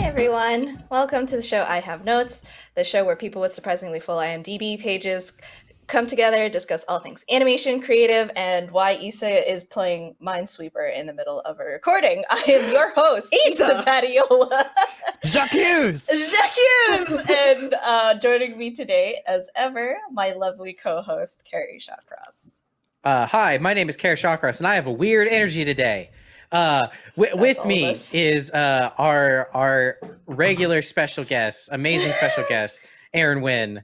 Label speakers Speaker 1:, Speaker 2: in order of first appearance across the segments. Speaker 1: everyone. Welcome to the show I Have Notes, the show where people with surprisingly full IMDb pages come together, discuss all things animation, creative, and why Issa is playing Minesweeper in the middle of a recording. I am your host, Issa Padiola.
Speaker 2: Jacques Hughes.
Speaker 1: Jack Hughes! and uh, joining me today, as ever, my lovely co host, Carrie Shawcross.
Speaker 2: Uh, hi, my name is Kara Shawcross, and I have a weird energy today. Uh, wi- with
Speaker 1: all
Speaker 2: me
Speaker 1: of us.
Speaker 2: is uh, our our regular special guest, amazing special guest, Aaron Wynn.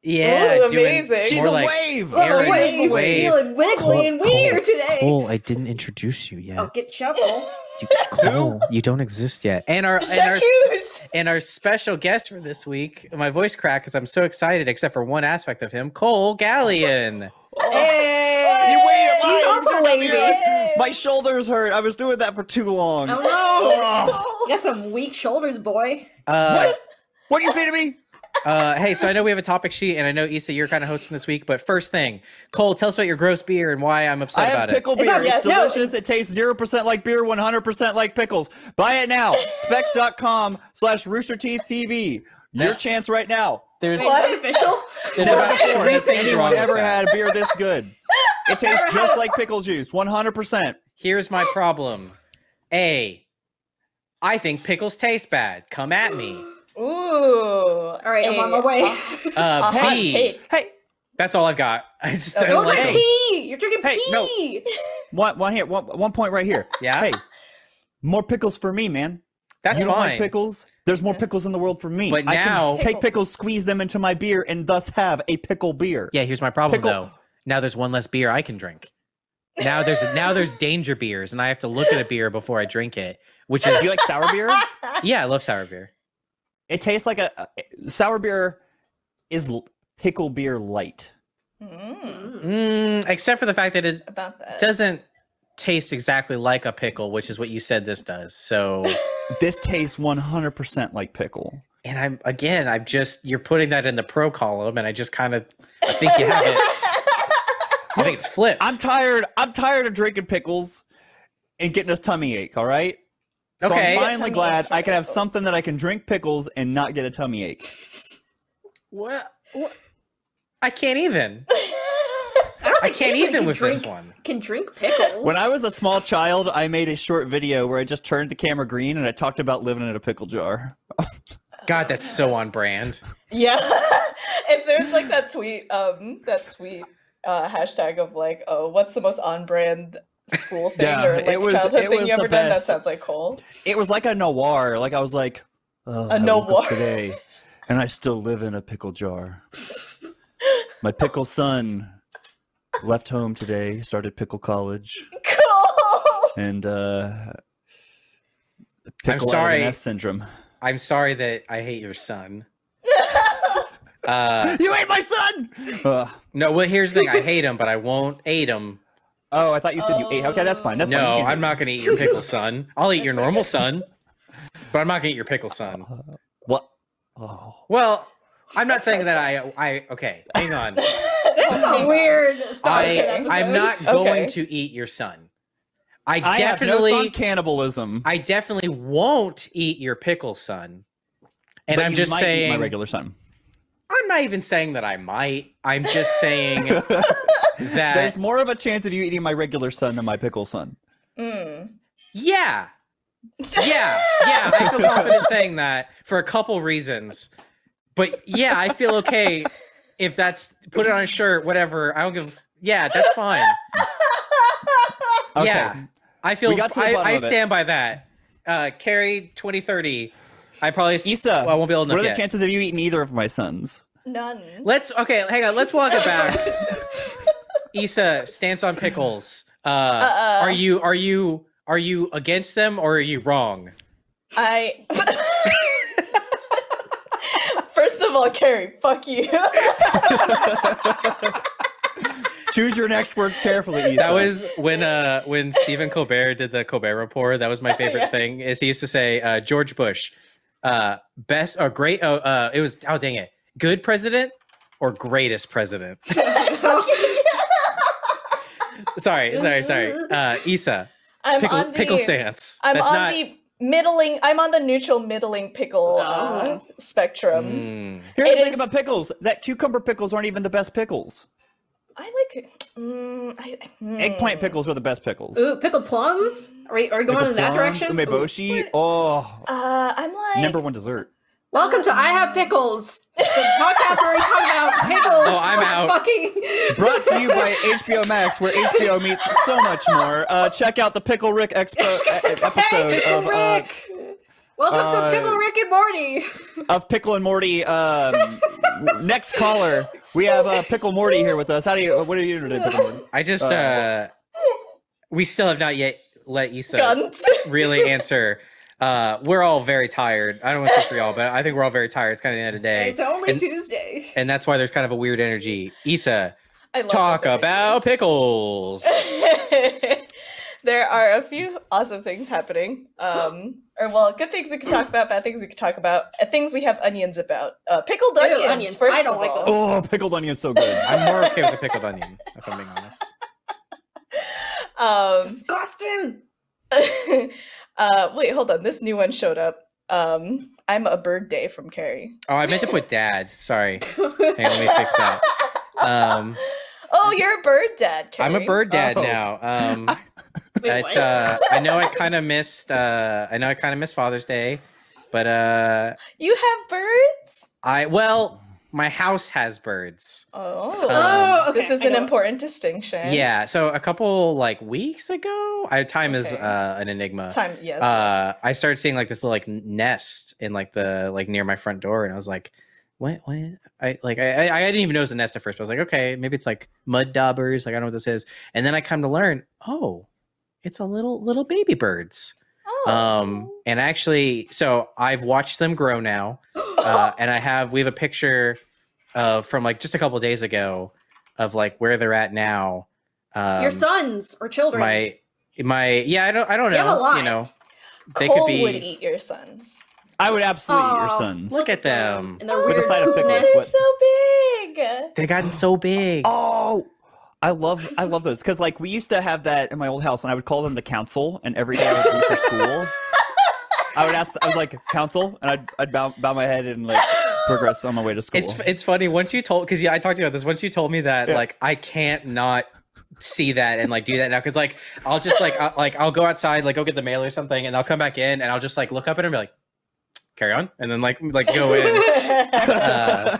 Speaker 2: Yeah,
Speaker 1: Ooh,
Speaker 2: doing
Speaker 1: amazing.
Speaker 2: more
Speaker 1: She's
Speaker 3: She's a
Speaker 2: like-
Speaker 3: wave.
Speaker 1: Oh,
Speaker 2: Aaron
Speaker 1: wave.
Speaker 2: wave.
Speaker 4: Feeling wiggly and weird today.
Speaker 5: Cole, I didn't introduce you yet.
Speaker 4: Oh, get shuffle.
Speaker 5: You, Cole, you don't exist yet.
Speaker 2: and our and our
Speaker 1: Jack Hughes!
Speaker 2: and our special guest for this week. My voice crack because I'm so excited, except for one aspect of him, Cole Galleon.
Speaker 4: Hey.
Speaker 3: You waved.
Speaker 4: He's
Speaker 3: Why?
Speaker 4: also
Speaker 3: You turned me
Speaker 4: wavy.
Speaker 3: around. My shoulders hurt. I was doing that for too long.
Speaker 4: Oh no.
Speaker 3: Ugh.
Speaker 4: You got some weak shoulders, boy.
Speaker 2: Uh,
Speaker 3: What? What do you say to me?
Speaker 2: Uh, hey, so I know we have a topic sheet, and I know Issa, you're kind of hosting this week. But first thing, Cole, tell us about your gross beer and why I'm upset
Speaker 3: I
Speaker 2: about
Speaker 3: have pickle
Speaker 4: It's
Speaker 3: beer.
Speaker 4: not-
Speaker 3: It's,
Speaker 4: yes, no,
Speaker 3: delicious. it tastes zero percent like beer, one hundred percent like pickles. Buy it now. Specs.com slash Rooster Teeth TV. Your
Speaker 2: Yes.
Speaker 3: chance right now.
Speaker 2: it. There's
Speaker 4: Wait, is that official?
Speaker 2: there's about
Speaker 3: Never
Speaker 2: forty
Speaker 3: has
Speaker 2: things wrong
Speaker 3: anyone
Speaker 2: with
Speaker 3: ever
Speaker 2: that.
Speaker 3: had a beer this good. It tastes just like pickle juice, one hundred percent.
Speaker 2: Here's my problem. A, I think pickles taste bad. Come at me.
Speaker 1: Ooh. All
Speaker 4: All right, I'm on my way.
Speaker 2: Uh,
Speaker 1: A hot
Speaker 2: B,
Speaker 1: take.
Speaker 3: Hey,
Speaker 2: that's all I've got. I just I
Speaker 1: Don't
Speaker 2: don't
Speaker 4: Don't
Speaker 1: like
Speaker 4: drink
Speaker 2: like
Speaker 3: it.
Speaker 4: pee. You're drinking
Speaker 3: Hey, no.
Speaker 4: pee.
Speaker 3: one, one here, one, one point right here.
Speaker 2: Yeah,
Speaker 3: Hey, more pickles for me, man.
Speaker 2: that's
Speaker 3: you don't
Speaker 2: fine.
Speaker 3: like pickles? There's more pickles in the world for me.
Speaker 2: But
Speaker 3: I
Speaker 2: now-
Speaker 3: can take pickles, squeeze them into my beer, and thus have a pickle beer.
Speaker 5: Yeah, here's my problem
Speaker 3: Pickle-
Speaker 5: though. Now there's one less beer I can drink. Now there's now there's danger beers, and I have to look at a beer before I drink it, which
Speaker 3: Do you
Speaker 5: is
Speaker 3: like sour beer?
Speaker 5: yeah, I love sour beer.
Speaker 3: It tastes like a, a- sour beer is l- pickle beer light.
Speaker 1: Mm,
Speaker 2: Mm, except for the fact that it
Speaker 1: about that.
Speaker 5: Doesn't
Speaker 2: tastes exactly like a pickle, which is what you said this does. So,
Speaker 3: This tastes 100% like pickle.
Speaker 2: and I'm again, I'm just you're putting that in the pro column, and I just kind of I think you have it. I think it's flipped.
Speaker 3: I'm tired. I'm tired of drinking pickles and getting a tummy ache. All right. So I'm
Speaker 2: Okay. Get
Speaker 3: finally
Speaker 1: tummy aches
Speaker 3: glad
Speaker 1: from
Speaker 3: I can have
Speaker 1: pickles.
Speaker 3: something that I can drink pickles and not get a tummy ache.
Speaker 2: what, what? I can't even.
Speaker 4: I, don't
Speaker 2: I
Speaker 4: think
Speaker 2: can't
Speaker 4: anybody
Speaker 2: even
Speaker 4: can
Speaker 2: with
Speaker 4: drink,
Speaker 2: this one.
Speaker 4: Can drink pickles.
Speaker 3: When I was a small child, I made a short video where I just turned the camera green and I talked about living in a pickle jar.
Speaker 2: God, that's so on brand.
Speaker 1: Yeah. if there's like that tweet, um, that tweet uh, hashtag of like, oh, what's the most on brand school thing
Speaker 3: Yeah,
Speaker 1: or like
Speaker 3: it was-
Speaker 1: childhood
Speaker 3: it
Speaker 1: thing
Speaker 3: was
Speaker 1: you ever
Speaker 3: the
Speaker 1: done? That
Speaker 3: best.
Speaker 1: sounds like Cole.
Speaker 3: It was like a noir. Like I was like, oh, I woke
Speaker 1: noir.
Speaker 3: up today, and I still live in a pickle jar. My pickle son left home today, started pickle college,
Speaker 1: Cole!
Speaker 3: and uh, pickle
Speaker 2: sorry.
Speaker 3: INS syndrome.
Speaker 2: I'm sorry that I hate your son. Uh,
Speaker 3: You ate my son. Ugh.
Speaker 2: no, well, here's the thing. I hate him, but I won't eat him.
Speaker 3: oh, I thought you said you ate. Okay, that's fine. That's fine.
Speaker 2: no,
Speaker 3: You can-
Speaker 2: I'm not going to eat your pickle son. I'll eat your normal son, but I'm not going to eat your pickle son.
Speaker 3: What? Oh,
Speaker 2: Well, I'm not saying that I, I, okay, hang on.
Speaker 4: this is a weird start to an
Speaker 2: I,
Speaker 4: episode.
Speaker 2: I'm not
Speaker 1: Okay.
Speaker 2: going to eat your son. I
Speaker 3: I
Speaker 2: definitely,
Speaker 3: have notes on cannibalism.
Speaker 2: I definitely won't eat your pickle son. And
Speaker 3: But
Speaker 2: I'm
Speaker 3: you
Speaker 2: just
Speaker 3: might eat
Speaker 2: saying,
Speaker 3: my regular son.
Speaker 2: I'm not even saying that I might. I'm just saying that
Speaker 3: There's more of a chance of you eating my regular son than my pickle son.
Speaker 1: Mm.
Speaker 2: yeah. Yeah. Yeah, I feel confident saying that for a couple reasons. But yeah, I feel okay if that's put it on a shirt, whatever. I don't give yeah, that's fine.
Speaker 3: Okay.
Speaker 2: Yeah. I feel
Speaker 3: We got to the
Speaker 2: I,
Speaker 3: bottom
Speaker 2: I
Speaker 3: of it.
Speaker 2: stand by that. Uh Carrie 2030. I probably s-
Speaker 3: Issa,
Speaker 2: well, I won't be old
Speaker 3: what
Speaker 2: enough
Speaker 3: are the
Speaker 2: yet.
Speaker 3: chances of you eating either of my sons?
Speaker 1: None.
Speaker 2: Let's okay, hang on. Let's walk it back. Issa stance on pickles. Uh,
Speaker 1: Uh-uh.
Speaker 2: are you are you are you against them or are you wrong?
Speaker 1: I. First of all, Carrie, fuck you.
Speaker 3: Choose your next words carefully, Issa.
Speaker 2: That was when uh when Stephen Colbert did the Colbert Report. That was my favorite
Speaker 1: Yeah.
Speaker 2: thing. Is he used to say uh, George Bush, uh, best or great? Oh, uh, it was oh dang it, good president or greatest president? sorry, sorry, sorry. Uh, Issa,
Speaker 1: I'm
Speaker 2: pickle
Speaker 1: on the,
Speaker 2: pickle stance.
Speaker 1: I'm
Speaker 2: That's
Speaker 1: on
Speaker 2: not
Speaker 1: the middling. I'm on the neutral middling
Speaker 4: Oh.
Speaker 1: pickle uh, spectrum.
Speaker 2: Mm.
Speaker 3: Here's
Speaker 1: It
Speaker 3: the thing
Speaker 1: is-
Speaker 3: about pickles: that cucumber pickles aren't even the best pickles.
Speaker 1: I like mm, I, mm.
Speaker 3: Eggplant pickles are the best pickles.
Speaker 4: Ooh, pickled plums? Are we, are we going
Speaker 3: Pickle
Speaker 4: in that
Speaker 3: plums,
Speaker 4: direction? Ooh,
Speaker 3: Umeboshi.
Speaker 4: what?
Speaker 3: Oh,
Speaker 1: Uh, I'm like
Speaker 3: number one dessert.
Speaker 4: Welcome to I Have Pickles, the podcast where we talk about pickles.
Speaker 2: Oh, I'm out.
Speaker 4: Fucking.
Speaker 3: Brought to you by HBO Max, where HBO meets so much more. Uh, check out the Pickle Rick expo- e- episode
Speaker 4: Pickle
Speaker 3: of, uh,
Speaker 4: Rick. Welcome
Speaker 3: uh,
Speaker 4: to Pickle Rick and Morty.
Speaker 3: of Pickle and Morty. Um, next caller, we have uh, Pickle Morty here with us. How do you? What are you doing today, Pickle Morty?
Speaker 2: I just
Speaker 3: Uh,
Speaker 2: uh, we still have not yet let Issa
Speaker 1: guns.
Speaker 2: really answer. Uh, we're all very tired. I don't want to speak for y'all, but I think we're all very tired. It's kind of the end of the day,
Speaker 4: It's only
Speaker 2: and-
Speaker 4: Tuesday.
Speaker 2: and that's why there's kind of a weird energy. Issa,
Speaker 1: I love
Speaker 2: talk
Speaker 1: this idea.
Speaker 2: about pickles.
Speaker 1: there are a few awesome things happening. Um, or well, good things we can talk about, bad things we can talk about, uh, things we have onions about. Uh, pickled
Speaker 4: Ew,
Speaker 1: onions.
Speaker 4: onions.
Speaker 1: First
Speaker 4: I don't
Speaker 1: of
Speaker 4: like
Speaker 1: all.
Speaker 4: those.
Speaker 3: Oh, pickled onion's so good.
Speaker 2: I'm more okay with a pickled onion, if I'm being honest.
Speaker 1: Um,
Speaker 4: Disgusting.
Speaker 1: uh, wait, hold on. This new one showed up. Um, I'm a bird day from Carrie.
Speaker 2: Oh, I meant to put dad. Sorry. Hang on,
Speaker 4: Wait,
Speaker 2: let me fix that. Um,
Speaker 1: Oh, you're a bird dad, Carrie.
Speaker 2: I'm a bird dad
Speaker 3: Oh.
Speaker 2: now. Um, it's
Speaker 4: what?
Speaker 2: uh, I know I kind of missed. Uh, I know I kind of missed Father's Day, but uh,
Speaker 1: You have birds?
Speaker 2: I well, my house has birds.
Speaker 1: Oh.
Speaker 2: um,
Speaker 4: oh, okay.
Speaker 1: this is
Speaker 4: I
Speaker 1: an
Speaker 4: know.
Speaker 1: important distinction.
Speaker 2: Yeah, so a couple like weeks ago, I time is
Speaker 1: Okay.
Speaker 2: uh, an enigma.
Speaker 1: Time, yes.
Speaker 2: Uh, I started seeing like this little like n- nest in like the like near my front door, and I was like, "What? What?" is-" I like I I I didn't even know it was a nest at first. But I was like, "Okay, maybe it's like mud daubers." Like I don't know what this is, and then I come to learn, oh, it's a little little baby birds.
Speaker 1: Oh.
Speaker 2: Um, and actually, so I've watched them grow now, uh, and I have we have a picture of from like just a couple days ago of like where they're at now. Um,
Speaker 4: Your sons or children.
Speaker 2: my my yeah, I don't I don't
Speaker 4: You have a
Speaker 2: know.
Speaker 4: lot.
Speaker 2: You know, they could
Speaker 1: Cole would
Speaker 2: be-
Speaker 1: eat your sons.
Speaker 3: I would absolutely eat your
Speaker 4: Aw,
Speaker 3: sons.
Speaker 2: Look at them.
Speaker 4: And their
Speaker 1: With a
Speaker 4: weird
Speaker 3: side of pickles,
Speaker 4: poopness.
Speaker 1: They're
Speaker 3: what-
Speaker 1: so big.
Speaker 2: they've gotten so big.
Speaker 3: Oh, I love I love those because like we used to have that in my old house, and I would call them the council, and every day I would leave for school. I would ask, I was like, council, and I'd, I'd bow, bow my head and like progress on my way to school.
Speaker 2: It's it's funny once you told because yeah, I talked to you about this. Once you told me that,
Speaker 3: Yeah.
Speaker 2: like I can't not see that and like do that now because like I'll just like I, like I'll go outside, like go get the mail or something, and I'll come back in and I'll just like look up at it and be like, carry on, and then like like go in. Uh,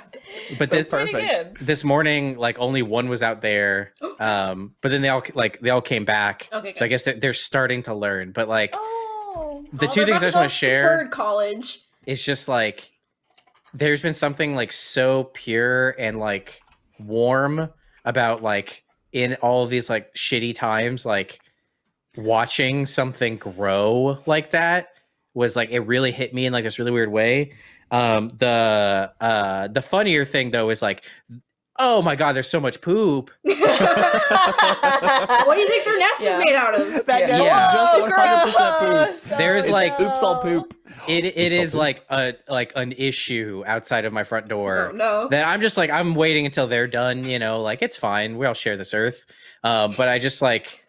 Speaker 2: but
Speaker 3: So
Speaker 2: this
Speaker 3: perfect.
Speaker 2: this morning, like only one was out there, um, but then they all like they all came back.
Speaker 4: Okay,
Speaker 2: So I
Speaker 4: good.
Speaker 2: guess they're, they're starting to learn. But like
Speaker 1: Oh.
Speaker 2: the
Speaker 4: Oh,
Speaker 2: two
Speaker 4: they're
Speaker 2: things I
Speaker 4: about
Speaker 2: just want
Speaker 4: go
Speaker 2: to share
Speaker 4: Bird college.
Speaker 2: it's just like there's been something like so pure and like warm about like in all of these like shitty times like watching something grow like that was like it really hit me in like this really weird way um the uh the funnier thing though is like oh my god there's so much poop
Speaker 4: What do you think their nest
Speaker 1: Yeah.
Speaker 4: is made out of?
Speaker 3: that
Speaker 1: Yeah.
Speaker 3: nest
Speaker 2: Yeah.
Speaker 3: is just 100% poop.
Speaker 2: There's,
Speaker 3: It's
Speaker 2: like-
Speaker 3: oops all poop.
Speaker 2: it it
Speaker 3: all
Speaker 2: is
Speaker 3: poop.
Speaker 2: like a like an issue outside of my front door
Speaker 4: Oh, no.
Speaker 2: that I'm just like I'm waiting until they're done. You know, like it's fine. We all share this earth. Um, but I just like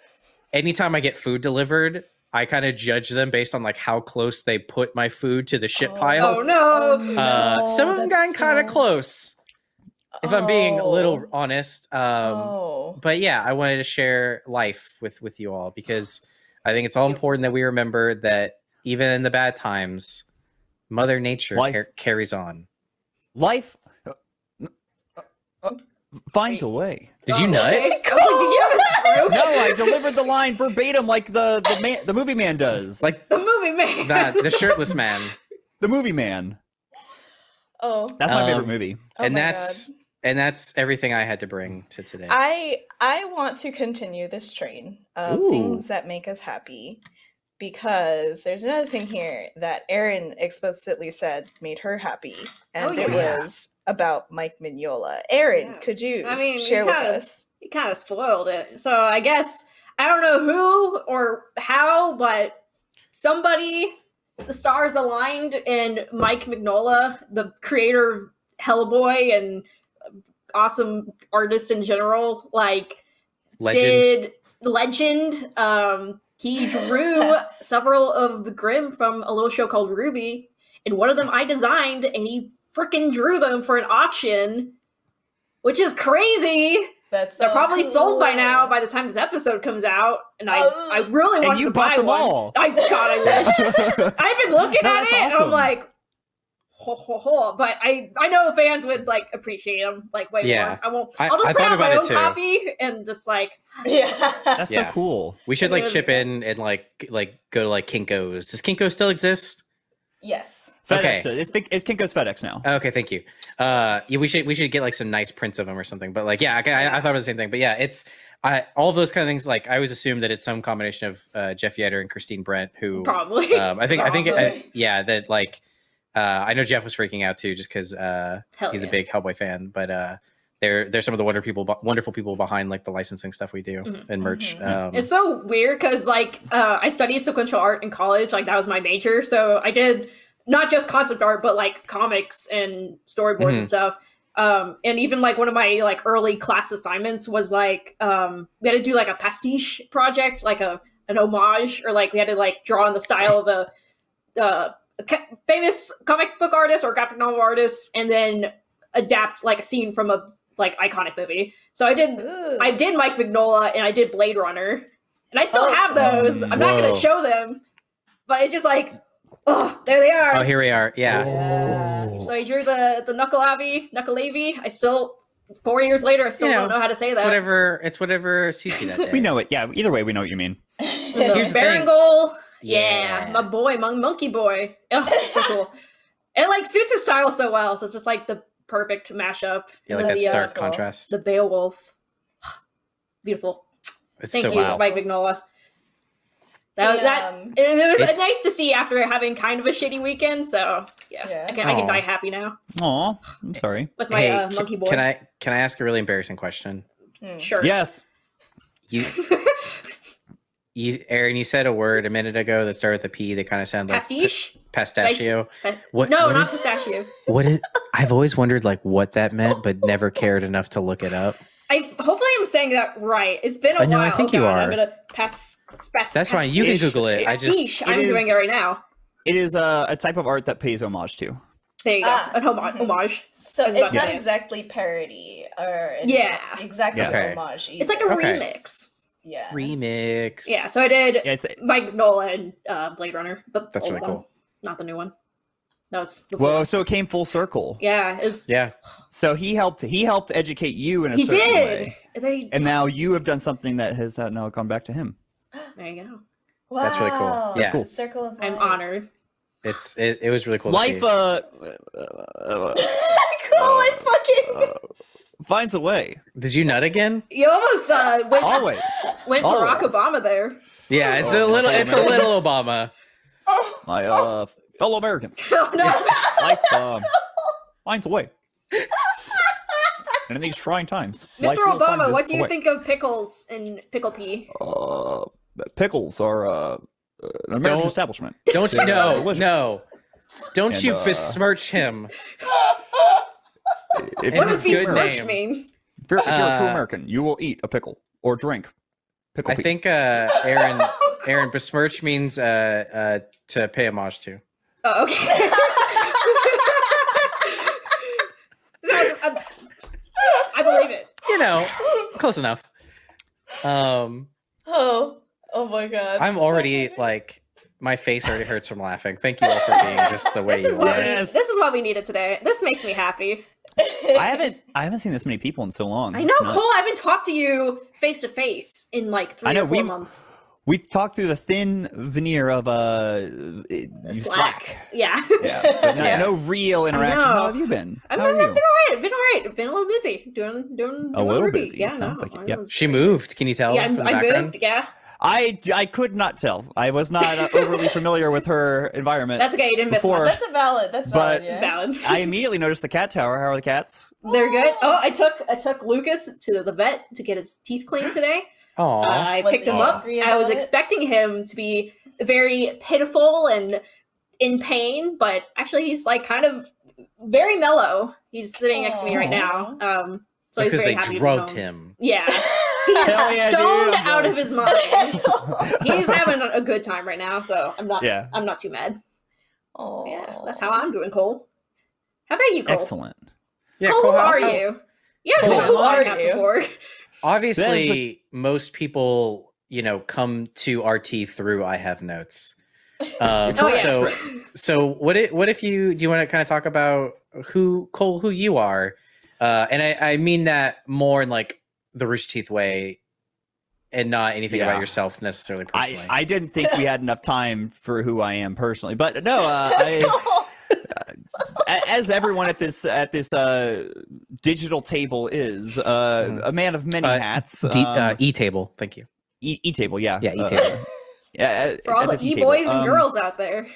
Speaker 2: anytime I get food delivered, I kind of judge them based on like how close they put my food to the shit
Speaker 1: Oh,
Speaker 2: pile.
Speaker 4: oh, no.
Speaker 2: uh,
Speaker 1: no,
Speaker 2: some of them gotten
Speaker 1: that's
Speaker 2: kind of
Speaker 1: so-
Speaker 2: close, if I'm being a little
Speaker 1: Oh.
Speaker 2: honest. Um,
Speaker 1: oh.
Speaker 2: But yeah, I wanted to share life with with you all because I think it's all important that we remember that even in the bad times, Mother Nature
Speaker 3: Life.
Speaker 2: car- carries on.
Speaker 3: Life uh, uh, finds a way.
Speaker 2: Did you
Speaker 4: Oh,
Speaker 2: nut?
Speaker 4: okay. I was like, did you have a
Speaker 3: No,
Speaker 4: stroke?
Speaker 3: I delivered the line verbatim like the the man, the movie man does. Like
Speaker 2: Like
Speaker 4: The movie man.
Speaker 2: that, the shirtless man.
Speaker 3: the movie man.
Speaker 1: Oh.
Speaker 3: That's my favorite
Speaker 2: Um,
Speaker 3: movie.
Speaker 1: Oh
Speaker 2: and
Speaker 1: my
Speaker 2: that's
Speaker 1: God.
Speaker 2: and that's everything I had to bring to today.
Speaker 1: I I want to continue this train of things that make us happy because there's another thing here that Erin explicitly said made her happy, and
Speaker 4: Oh,
Speaker 1: it
Speaker 4: yeah.
Speaker 1: was about Mike Mignola. Erin, could
Speaker 4: Yes.
Speaker 1: you
Speaker 4: I mean, you
Speaker 1: share with
Speaker 4: kinda-
Speaker 1: us?
Speaker 4: You kind of spoiled it. So I guess, I don't know who or how, but somebody, the stars aligned, and Mike Mignola, the creator of Hellboy and awesome artist in general, like
Speaker 2: Legend.
Speaker 4: did legend um He drew several of the Grim from a little show called Ruby, and one of them I designed, and he freaking drew them for an auction, which is crazy.
Speaker 1: That's
Speaker 4: They're
Speaker 1: so
Speaker 4: probably sold by now
Speaker 1: cool.
Speaker 4: by the time this episode comes out, and I,
Speaker 1: Oh.
Speaker 4: I really
Speaker 3: And
Speaker 4: want
Speaker 3: you
Speaker 4: to
Speaker 3: bought
Speaker 4: buy
Speaker 3: them
Speaker 4: one.
Speaker 3: all.
Speaker 4: I God, I wish. I've been looking
Speaker 3: No,
Speaker 4: at
Speaker 3: that's
Speaker 4: it and I'm
Speaker 3: awesome.
Speaker 4: like, ho, ho, ho. but I I know fans would like appreciate them like way
Speaker 2: Yeah.
Speaker 4: more. I won't.
Speaker 2: I-
Speaker 4: I'll just
Speaker 2: I
Speaker 4: print
Speaker 2: thought
Speaker 4: out my
Speaker 2: about it
Speaker 4: own
Speaker 2: too.
Speaker 4: copy and just like
Speaker 1: Yeah.
Speaker 3: That's
Speaker 2: Yeah.
Speaker 3: so cool.
Speaker 2: We should like
Speaker 4: It is-
Speaker 2: chip in and like like go to like Kinko's. Does Kinko still exist?
Speaker 1: yes.
Speaker 3: FedEx.
Speaker 2: Okay.
Speaker 3: does- It's big. It's Kinko's FedEx now.
Speaker 2: Okay, thank you. Uh, yeah, we should we should get like some nice prints of them or something. But like, yeah, I, I, I thought about the same thing. But yeah, it's I, all those kind of things. Like, I always assume that it's some combination of uh, Jeff Yetter and Christine Brent, who
Speaker 4: probably
Speaker 2: um, I think I think uh,
Speaker 1: Probably.
Speaker 2: yeah that like uh, I know Jeff was freaking out too, just because uh,
Speaker 4: Hell
Speaker 2: he's
Speaker 4: Oh, yeah.
Speaker 2: a big Hellboy fan. But uh, they're they're some of the wonder people, wonderful people behind like the licensing stuff we do
Speaker 4: Mhm.
Speaker 2: and merch.
Speaker 1: Mhm.
Speaker 2: Um,
Speaker 4: It's so weird because like uh, I studied sequential art in college, like that was my major. So I did not just concept art, but like comics and storyboard
Speaker 2: Mhm.
Speaker 4: and stuff. Um, and even like one of my like early class assignments was like um, we had to do like a pastiche project, like a an homage, or like we had to like draw in the style of a, uh, a ca- famous comic book artist or graphic novel artist, and then adapt like a scene from a like iconic movie. So I did
Speaker 1: Ooh.
Speaker 4: I did Mike Mignola and I did Blade Runner, and I still
Speaker 1: Oh.
Speaker 4: have those. I'm not
Speaker 2: Whoa.
Speaker 4: gonna show them, but it's just like, oh, there they are.
Speaker 2: oh, here we are. Yeah,
Speaker 1: Yeah.
Speaker 4: so I drew the the Knuckle Abbey, Knuckle Abbey. I still four years later, I still
Speaker 2: You know,
Speaker 4: don't know how to say
Speaker 2: it's
Speaker 4: that.
Speaker 2: whatever. It's whatever suits you that day.
Speaker 3: We know it. Yeah. Either way, we know what you mean.
Speaker 4: The
Speaker 2: Here's the thing.
Speaker 4: Barangol, yeah. my boy, Mon- Monkey Boy. Oh, it's so cool. It like suits his style so well, so it's just like the perfect mashup.
Speaker 2: Yeah, like
Speaker 4: the, uh,
Speaker 2: that stark
Speaker 1: cool.
Speaker 2: contrast.
Speaker 4: the Beowulf, beautiful.
Speaker 2: It's
Speaker 4: Thank
Speaker 2: so
Speaker 4: you,
Speaker 2: wild.
Speaker 4: Mike Mignola. That was that.
Speaker 1: Um,
Speaker 4: It, it was
Speaker 2: It's-
Speaker 4: nice to see after having kind of a shitty weekend. So yeah,
Speaker 1: Yeah.
Speaker 4: I can I
Speaker 2: Aw.
Speaker 4: can die happy now
Speaker 3: Aw, I'm sorry.
Speaker 4: with my
Speaker 2: Oh. hey,
Speaker 4: uh,
Speaker 2: c-
Speaker 4: monkey boy.
Speaker 2: can I can I ask a really embarrassing question?
Speaker 1: Hmm.
Speaker 4: Sure.
Speaker 3: Yes.
Speaker 2: You, you, Aaron, you said a word a minute ago that started with a P that kind of sounded like p-
Speaker 4: Pastiche?
Speaker 2: pistachio.
Speaker 4: Pas-
Speaker 2: What?
Speaker 4: no,
Speaker 2: what
Speaker 4: not
Speaker 2: is-
Speaker 4: pistachio.
Speaker 2: What is? I've always wondered like what that meant, but never cared enough to look it up.
Speaker 4: I hopefully I'm saying that right. It's been a
Speaker 2: I know, I
Speaker 4: while.
Speaker 2: think
Speaker 4: Oh,
Speaker 2: you
Speaker 4: God,
Speaker 2: are.
Speaker 4: I'm gonna pass. pass
Speaker 2: That's fine. You can
Speaker 3: Pastiche.
Speaker 2: Google it. I just
Speaker 4: pastiche.
Speaker 3: it
Speaker 4: I'm
Speaker 3: is-
Speaker 4: doing it right now.
Speaker 3: It is a, a type of art that pays homage to.
Speaker 4: There you go.
Speaker 1: Ah,
Speaker 4: An homage.
Speaker 1: mhm.
Speaker 4: homage.
Speaker 1: So
Speaker 4: I
Speaker 1: it's
Speaker 4: was about
Speaker 1: not
Speaker 4: to say.
Speaker 1: exactly parody or it's
Speaker 4: Yeah.
Speaker 1: not exactly
Speaker 3: Yeah.
Speaker 2: Okay.
Speaker 1: homage.
Speaker 4: It's like a
Speaker 2: Okay.
Speaker 4: remix.
Speaker 1: yeah.
Speaker 2: remix.
Speaker 4: Yeah. So I did
Speaker 3: Yeah, it's,
Speaker 4: Mike Nola and uh, Blade Runner. The
Speaker 2: That's
Speaker 4: old
Speaker 2: really
Speaker 4: one,
Speaker 2: cool.
Speaker 4: Not the new one. That was before.
Speaker 3: whoa. So it came full circle.
Speaker 4: Yeah. It's
Speaker 2: Yeah.
Speaker 3: So he helped. He helped educate you in a
Speaker 4: he
Speaker 3: certain
Speaker 4: did.
Speaker 3: way.
Speaker 4: And then he-
Speaker 3: And now you have done something that has uh, now gone back to him.
Speaker 4: there you go.
Speaker 1: Wow.
Speaker 2: That's really cool. Yeah.
Speaker 3: cool.
Speaker 1: Circle of
Speaker 4: I'm
Speaker 1: Life.
Speaker 4: honored.
Speaker 2: It's it, it was really cool. to
Speaker 3: Life
Speaker 2: see.
Speaker 3: uh, uh, uh,
Speaker 1: cool and
Speaker 2: Oh.
Speaker 1: fucking
Speaker 3: uh, finds a way.
Speaker 2: Did you nut again?
Speaker 4: You almost uh, went,
Speaker 3: Always.
Speaker 4: went Barack
Speaker 3: always.
Speaker 4: Obama there.
Speaker 2: Yeah, it's
Speaker 3: Oh,
Speaker 2: a little.
Speaker 3: okay,
Speaker 2: It's a
Speaker 3: man.
Speaker 2: little Obama.
Speaker 1: Oh,
Speaker 3: My uh, fellow Americans.
Speaker 4: Oh, no.
Speaker 3: Life um, finds a way. And in these trying times, life
Speaker 4: Mr.
Speaker 3: will find
Speaker 4: Obama,
Speaker 3: a
Speaker 4: what do you
Speaker 3: way.
Speaker 4: think of pickles and pickle pea?
Speaker 3: Uh, pickles are uh, an American
Speaker 2: Don't-
Speaker 3: establishment.
Speaker 2: Don't you
Speaker 3: Yeah,
Speaker 2: know?
Speaker 3: delicious.
Speaker 2: No. Don't
Speaker 3: And,
Speaker 2: you
Speaker 3: uh,
Speaker 2: besmirch him.
Speaker 3: If,
Speaker 2: And
Speaker 4: What
Speaker 3: you're,
Speaker 2: his
Speaker 4: does
Speaker 3: if
Speaker 2: good
Speaker 4: besmirch
Speaker 2: name.
Speaker 4: mean?
Speaker 3: you're a true
Speaker 2: uh,
Speaker 3: American, you will eat a pickle or drink pickle.
Speaker 2: I
Speaker 3: pee.
Speaker 2: think uh, Aaron Aaron besmirch means uh, uh, to pay homage to.
Speaker 4: Oh, okay. That was- I, I believe it.
Speaker 2: You know, close enough. Um,
Speaker 1: oh, oh my god.
Speaker 2: I'm
Speaker 1: so
Speaker 2: already
Speaker 1: funny.
Speaker 2: like my face already hurts from laughing. Thank you all for being just the way
Speaker 4: This is
Speaker 2: you
Speaker 4: what
Speaker 2: are.
Speaker 3: Yes.
Speaker 4: we this is what we needed today. This makes me happy.
Speaker 3: I haven't I haven't seen this many people in so long.
Speaker 4: I know,
Speaker 3: It's nuts.
Speaker 4: Cole. I haven't talked to you face to face in like three
Speaker 3: I know,
Speaker 4: or four
Speaker 3: we've-
Speaker 4: months.
Speaker 3: We talked through the thin veneer of uh it-
Speaker 4: Slack. Yeah.
Speaker 3: Yeah, but no,
Speaker 2: Yeah.
Speaker 3: no real interaction.
Speaker 4: know.
Speaker 3: How have you been?
Speaker 4: I've
Speaker 3: How
Speaker 4: been,
Speaker 3: are
Speaker 4: been all
Speaker 3: you?
Speaker 4: right. Been all right. Been a little busy. Doing doing, doing
Speaker 3: A little
Speaker 4: Ruby.
Speaker 3: busy,
Speaker 4: Yeah,
Speaker 3: sounds
Speaker 4: no,
Speaker 3: like it,
Speaker 4: I
Speaker 3: yep.
Speaker 4: was-
Speaker 2: She moved. Can you tell?
Speaker 4: Yeah,
Speaker 2: from
Speaker 4: I'm,
Speaker 2: the
Speaker 4: I
Speaker 2: background?
Speaker 4: moved. Yeah,
Speaker 3: I I could not tell. I was not uh, overly familiar with her environment.
Speaker 4: that's okay. You didn't miss
Speaker 3: Before-
Speaker 4: one.
Speaker 1: That's a valid. That's valid.
Speaker 3: But-
Speaker 1: yeah.
Speaker 4: That's valid.
Speaker 3: I immediately noticed the cat tower. How are the cats?
Speaker 4: They're good. Oh, I took I took Lucas to the vet to get his teeth cleaned today.
Speaker 2: Aw.
Speaker 4: I
Speaker 1: Was
Speaker 4: picked
Speaker 1: he
Speaker 4: him up.
Speaker 1: angry
Speaker 4: I was
Speaker 1: about it?
Speaker 4: expecting him to be very pitiful and in pain, but actually, he's like kind of very mellow. He's sitting next to me right now. Um, so
Speaker 2: That's because
Speaker 4: he's very
Speaker 2: they
Speaker 4: happy to be
Speaker 2: drugged
Speaker 4: home.
Speaker 2: him.
Speaker 4: Yeah, He is
Speaker 3: Hell yeah, dude,
Speaker 4: stoned
Speaker 3: I'm
Speaker 4: out
Speaker 3: going.
Speaker 4: of his mind. He's having a good time right now, so I'm not.
Speaker 3: Yeah.
Speaker 4: I'm not too mad.
Speaker 1: Oh,
Speaker 4: Yeah, that's how I'm doing, Cole. How about you, Cole?
Speaker 3: Excellent.
Speaker 2: Yeah,
Speaker 4: Cole,
Speaker 2: cool.
Speaker 4: who
Speaker 2: How-
Speaker 4: are
Speaker 2: how-
Speaker 4: you? Yeah,
Speaker 2: Cole,
Speaker 4: Cole,
Speaker 2: who
Speaker 4: who
Speaker 1: are
Speaker 4: podcast
Speaker 1: you?
Speaker 4: before.
Speaker 2: Obviously, most people, you know, come to RT through I have notes. Um,
Speaker 4: Oh yes.
Speaker 2: So, so what? If, what if you? Do you want to kind of talk about who Cole, who you are? Uh, and I, I mean that more in like the Rooster Teeth way, and not anything
Speaker 3: Yeah.
Speaker 2: about yourself necessarily personally.
Speaker 3: I, I didn't think we had enough time for who I am personally, but no, uh, I,
Speaker 1: Cole.
Speaker 3: a- as everyone at this at this uh, digital table is, uh, a man of many
Speaker 2: Uh,
Speaker 3: hats.
Speaker 2: D- uh,
Speaker 3: um,
Speaker 2: E table. Thank you.
Speaker 3: e-, e table, yeah,
Speaker 2: Yeah, E
Speaker 3: uh,
Speaker 2: table.
Speaker 3: yeah, uh, at-
Speaker 4: For all
Speaker 3: at
Speaker 4: the
Speaker 3: this
Speaker 4: e
Speaker 3: table.
Speaker 4: boys and
Speaker 3: Um,
Speaker 4: girls out there.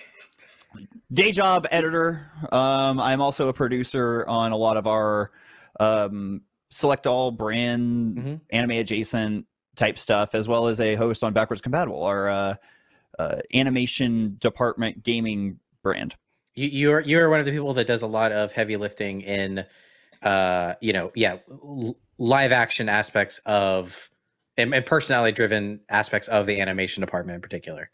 Speaker 3: day job editor. Um, I'm also a producer on a lot of our um, select all brand
Speaker 2: Mhm.
Speaker 3: anime adjacent type stuff, as well as a host on Backwards Compatible, our uh, uh, animation department gaming brand.
Speaker 2: you you're you're one of the people that does a lot of heavy lifting in uh you know yeah l- live action aspects of and, and personality driven aspects of the animation department in particular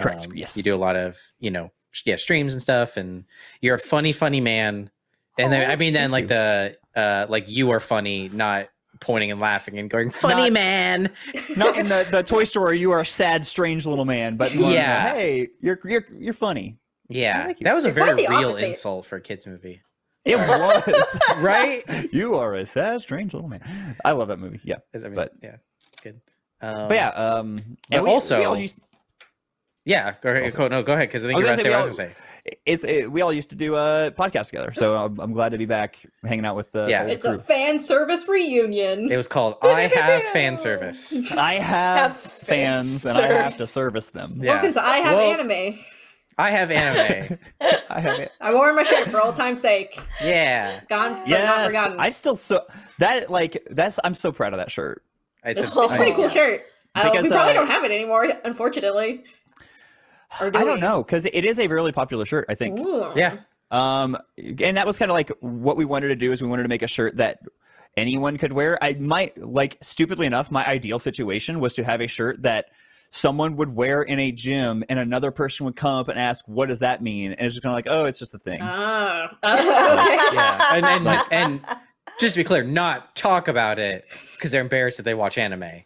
Speaker 2: Um,
Speaker 3: Correct, yes.
Speaker 2: you do a lot of you know sh- yeah streams and stuff and you're a funny funny man and then i mean then like
Speaker 3: Oh, thank
Speaker 2: the uh like you are funny not pointing and laughing and going funny
Speaker 3: Not-
Speaker 2: man
Speaker 3: Not in the, the Toy Story, you are a sad, strange little man, but in one,
Speaker 2: Yeah.
Speaker 3: hey, you're you're you're funny.
Speaker 2: yeah
Speaker 3: thank you.
Speaker 2: that was a
Speaker 4: You're quite
Speaker 2: very
Speaker 4: the
Speaker 2: real
Speaker 4: opposite.
Speaker 2: insult for a kids movie
Speaker 3: It was.
Speaker 2: right
Speaker 3: you are a sad, strange little man. I love that movie. Yeah,
Speaker 2: I mean,
Speaker 3: But-
Speaker 2: yeah it's good um,
Speaker 3: but yeah. Um, and
Speaker 2: but
Speaker 3: we- we
Speaker 2: also-
Speaker 3: all used-
Speaker 2: Yeah, go ahead.
Speaker 3: Also-
Speaker 2: Go, no, go ahead because I think
Speaker 3: I
Speaker 2: you're
Speaker 3: was
Speaker 2: about to say what I
Speaker 3: gonna
Speaker 2: was gonna say.
Speaker 3: it's it, we all used to do a podcast together, so I'm, I'm glad to be back hanging out with the
Speaker 2: Yeah.
Speaker 3: whole
Speaker 4: It's
Speaker 3: crew.
Speaker 4: a fan service reunion.
Speaker 2: It was called "I Have Fan Service."
Speaker 3: I have
Speaker 1: Have
Speaker 3: fans,
Speaker 1: fans,
Speaker 3: and I
Speaker 1: sir.
Speaker 3: have to service them.
Speaker 2: Yeah.
Speaker 4: Welcome to I Have
Speaker 2: Well-
Speaker 4: Anime.
Speaker 2: I have anime.
Speaker 3: I have it.
Speaker 4: I wore my shirt for old time's sake.
Speaker 2: yeah,
Speaker 4: Gone, but not
Speaker 3: Yes,
Speaker 4: forgotten.
Speaker 3: I still so that like that's I'm so proud of that shirt.
Speaker 2: it's,
Speaker 1: It's
Speaker 2: a,
Speaker 4: it's a pretty
Speaker 2: I-
Speaker 4: cool shirt. I don't- we
Speaker 3: Because,
Speaker 4: probably
Speaker 3: uh,
Speaker 4: don't have it anymore, unfortunately. Or do
Speaker 3: I don't
Speaker 4: we?
Speaker 3: know because it is a really popular shirt. I think.
Speaker 4: Ooh.
Speaker 2: Yeah,
Speaker 3: Um, and that was kind of like what we wanted to do is we wanted to make a shirt that anyone could wear. I might like stupidly enough, my ideal situation was to have a shirt that someone would wear in a gym and another person would come up and ask, "What does that mean?" And it's just kind of like, "Oh, it's just a thing."
Speaker 2: Uh,
Speaker 4: Ah. okay.
Speaker 2: yeah, and and, and just to be clear, not talk about it because they're embarrassed that they watch anime.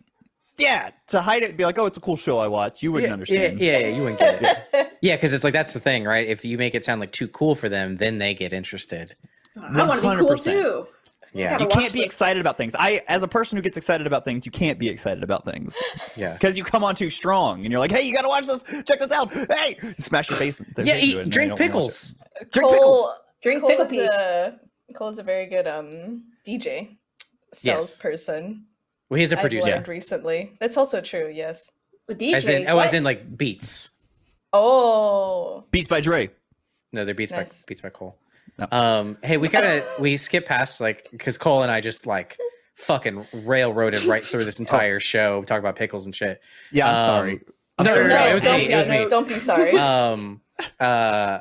Speaker 3: yeah, to hide it, be like, "Oh, it's a cool show I watch." You wouldn't
Speaker 2: yeah,
Speaker 3: understand.
Speaker 2: Yeah, yeah, you wouldn't get it. yeah, because it's like that's the thing, right? If you make it sound like too cool for them, then they get interested.
Speaker 4: I want to be cool
Speaker 3: 100%.
Speaker 4: too.
Speaker 2: Yeah,
Speaker 4: gotta
Speaker 3: You
Speaker 4: watch
Speaker 3: can't be
Speaker 4: this.
Speaker 3: excited about things. I, as a person who gets excited about things, you can't be excited about things
Speaker 2: yeah,
Speaker 3: because you come on too strong and you're like, "Hey, you gotta watch this! Check this out! Hey, smash your face!"
Speaker 2: yeah.
Speaker 3: into it, and then
Speaker 2: Eat,
Speaker 3: you
Speaker 2: drink
Speaker 3: don't wanna watch it.
Speaker 2: pickles.
Speaker 3: Drink pickles.
Speaker 4: Drink
Speaker 1: Cole
Speaker 4: pickle
Speaker 1: is
Speaker 4: pee.
Speaker 1: a Cole is a very good um DJ salesperson.
Speaker 2: Well, he's a
Speaker 1: I've
Speaker 2: producer,
Speaker 1: learned recently. That's also true. Yes.
Speaker 4: A DJ.
Speaker 2: as in, oh,
Speaker 4: what?
Speaker 2: as in like beats.
Speaker 1: Oh,
Speaker 3: Beats by Dre.
Speaker 2: No, they're beats
Speaker 1: Nice.
Speaker 2: by beats by Cole.
Speaker 3: No.
Speaker 2: Um, hey, we kind of we skip past like because Cole and I just like fucking railroaded right through this entire show. We talk about pickles and shit.
Speaker 3: Yeah, I'm
Speaker 2: Um,
Speaker 3: sorry. I'm
Speaker 2: no, no,
Speaker 3: sorry.
Speaker 2: no,
Speaker 3: about
Speaker 2: it was
Speaker 3: that.
Speaker 1: don't,
Speaker 2: me, it
Speaker 1: yeah,
Speaker 2: was
Speaker 1: no,
Speaker 2: me.
Speaker 1: Don't be sorry.
Speaker 2: Um, uh,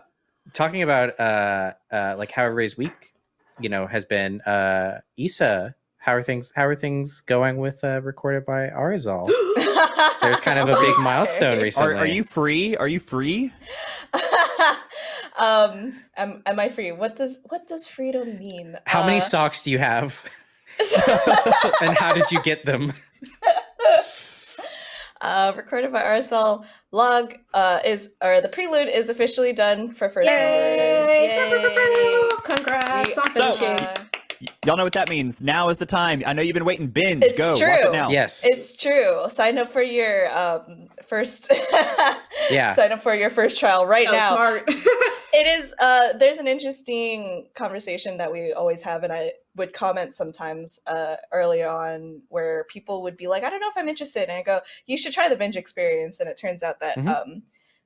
Speaker 2: talking about uh, uh, like how everybody's week, you know, has been. Uh, Issa, how are things? How are things going with uh, recorded by Arizal? There's kind of a big milestone recently.
Speaker 3: Are, are you free? Are you free?
Speaker 1: um, am, am I free? What does what does freedom mean?
Speaker 2: How many
Speaker 1: Uh,
Speaker 2: socks do you have, and how did you get them?
Speaker 1: uh, recorded by RSL log uh, is or the prelude is officially done for first
Speaker 4: Yay!
Speaker 1: Yay.
Speaker 4: Congrats
Speaker 1: We-
Speaker 4: on
Speaker 1: so,
Speaker 4: finishing.
Speaker 1: uh,
Speaker 3: Y'all know what that means. Now is the time. I know you've been waiting. Binge.
Speaker 1: It's
Speaker 3: Go.
Speaker 1: true.
Speaker 3: Watch it now.
Speaker 2: Yes,
Speaker 1: it's true. Sign up for your um, first.
Speaker 2: Yeah.
Speaker 1: Sign up for your first trial right
Speaker 4: Oh,
Speaker 1: now.
Speaker 4: smart.
Speaker 1: It is. Uh, there's an interesting conversation that we always have, and I would comment sometimes uh, early on where people would be like, "I don't know if I'm interested," and I go, "You should try the binge experience." And it turns out that
Speaker 2: Mhm.
Speaker 1: um,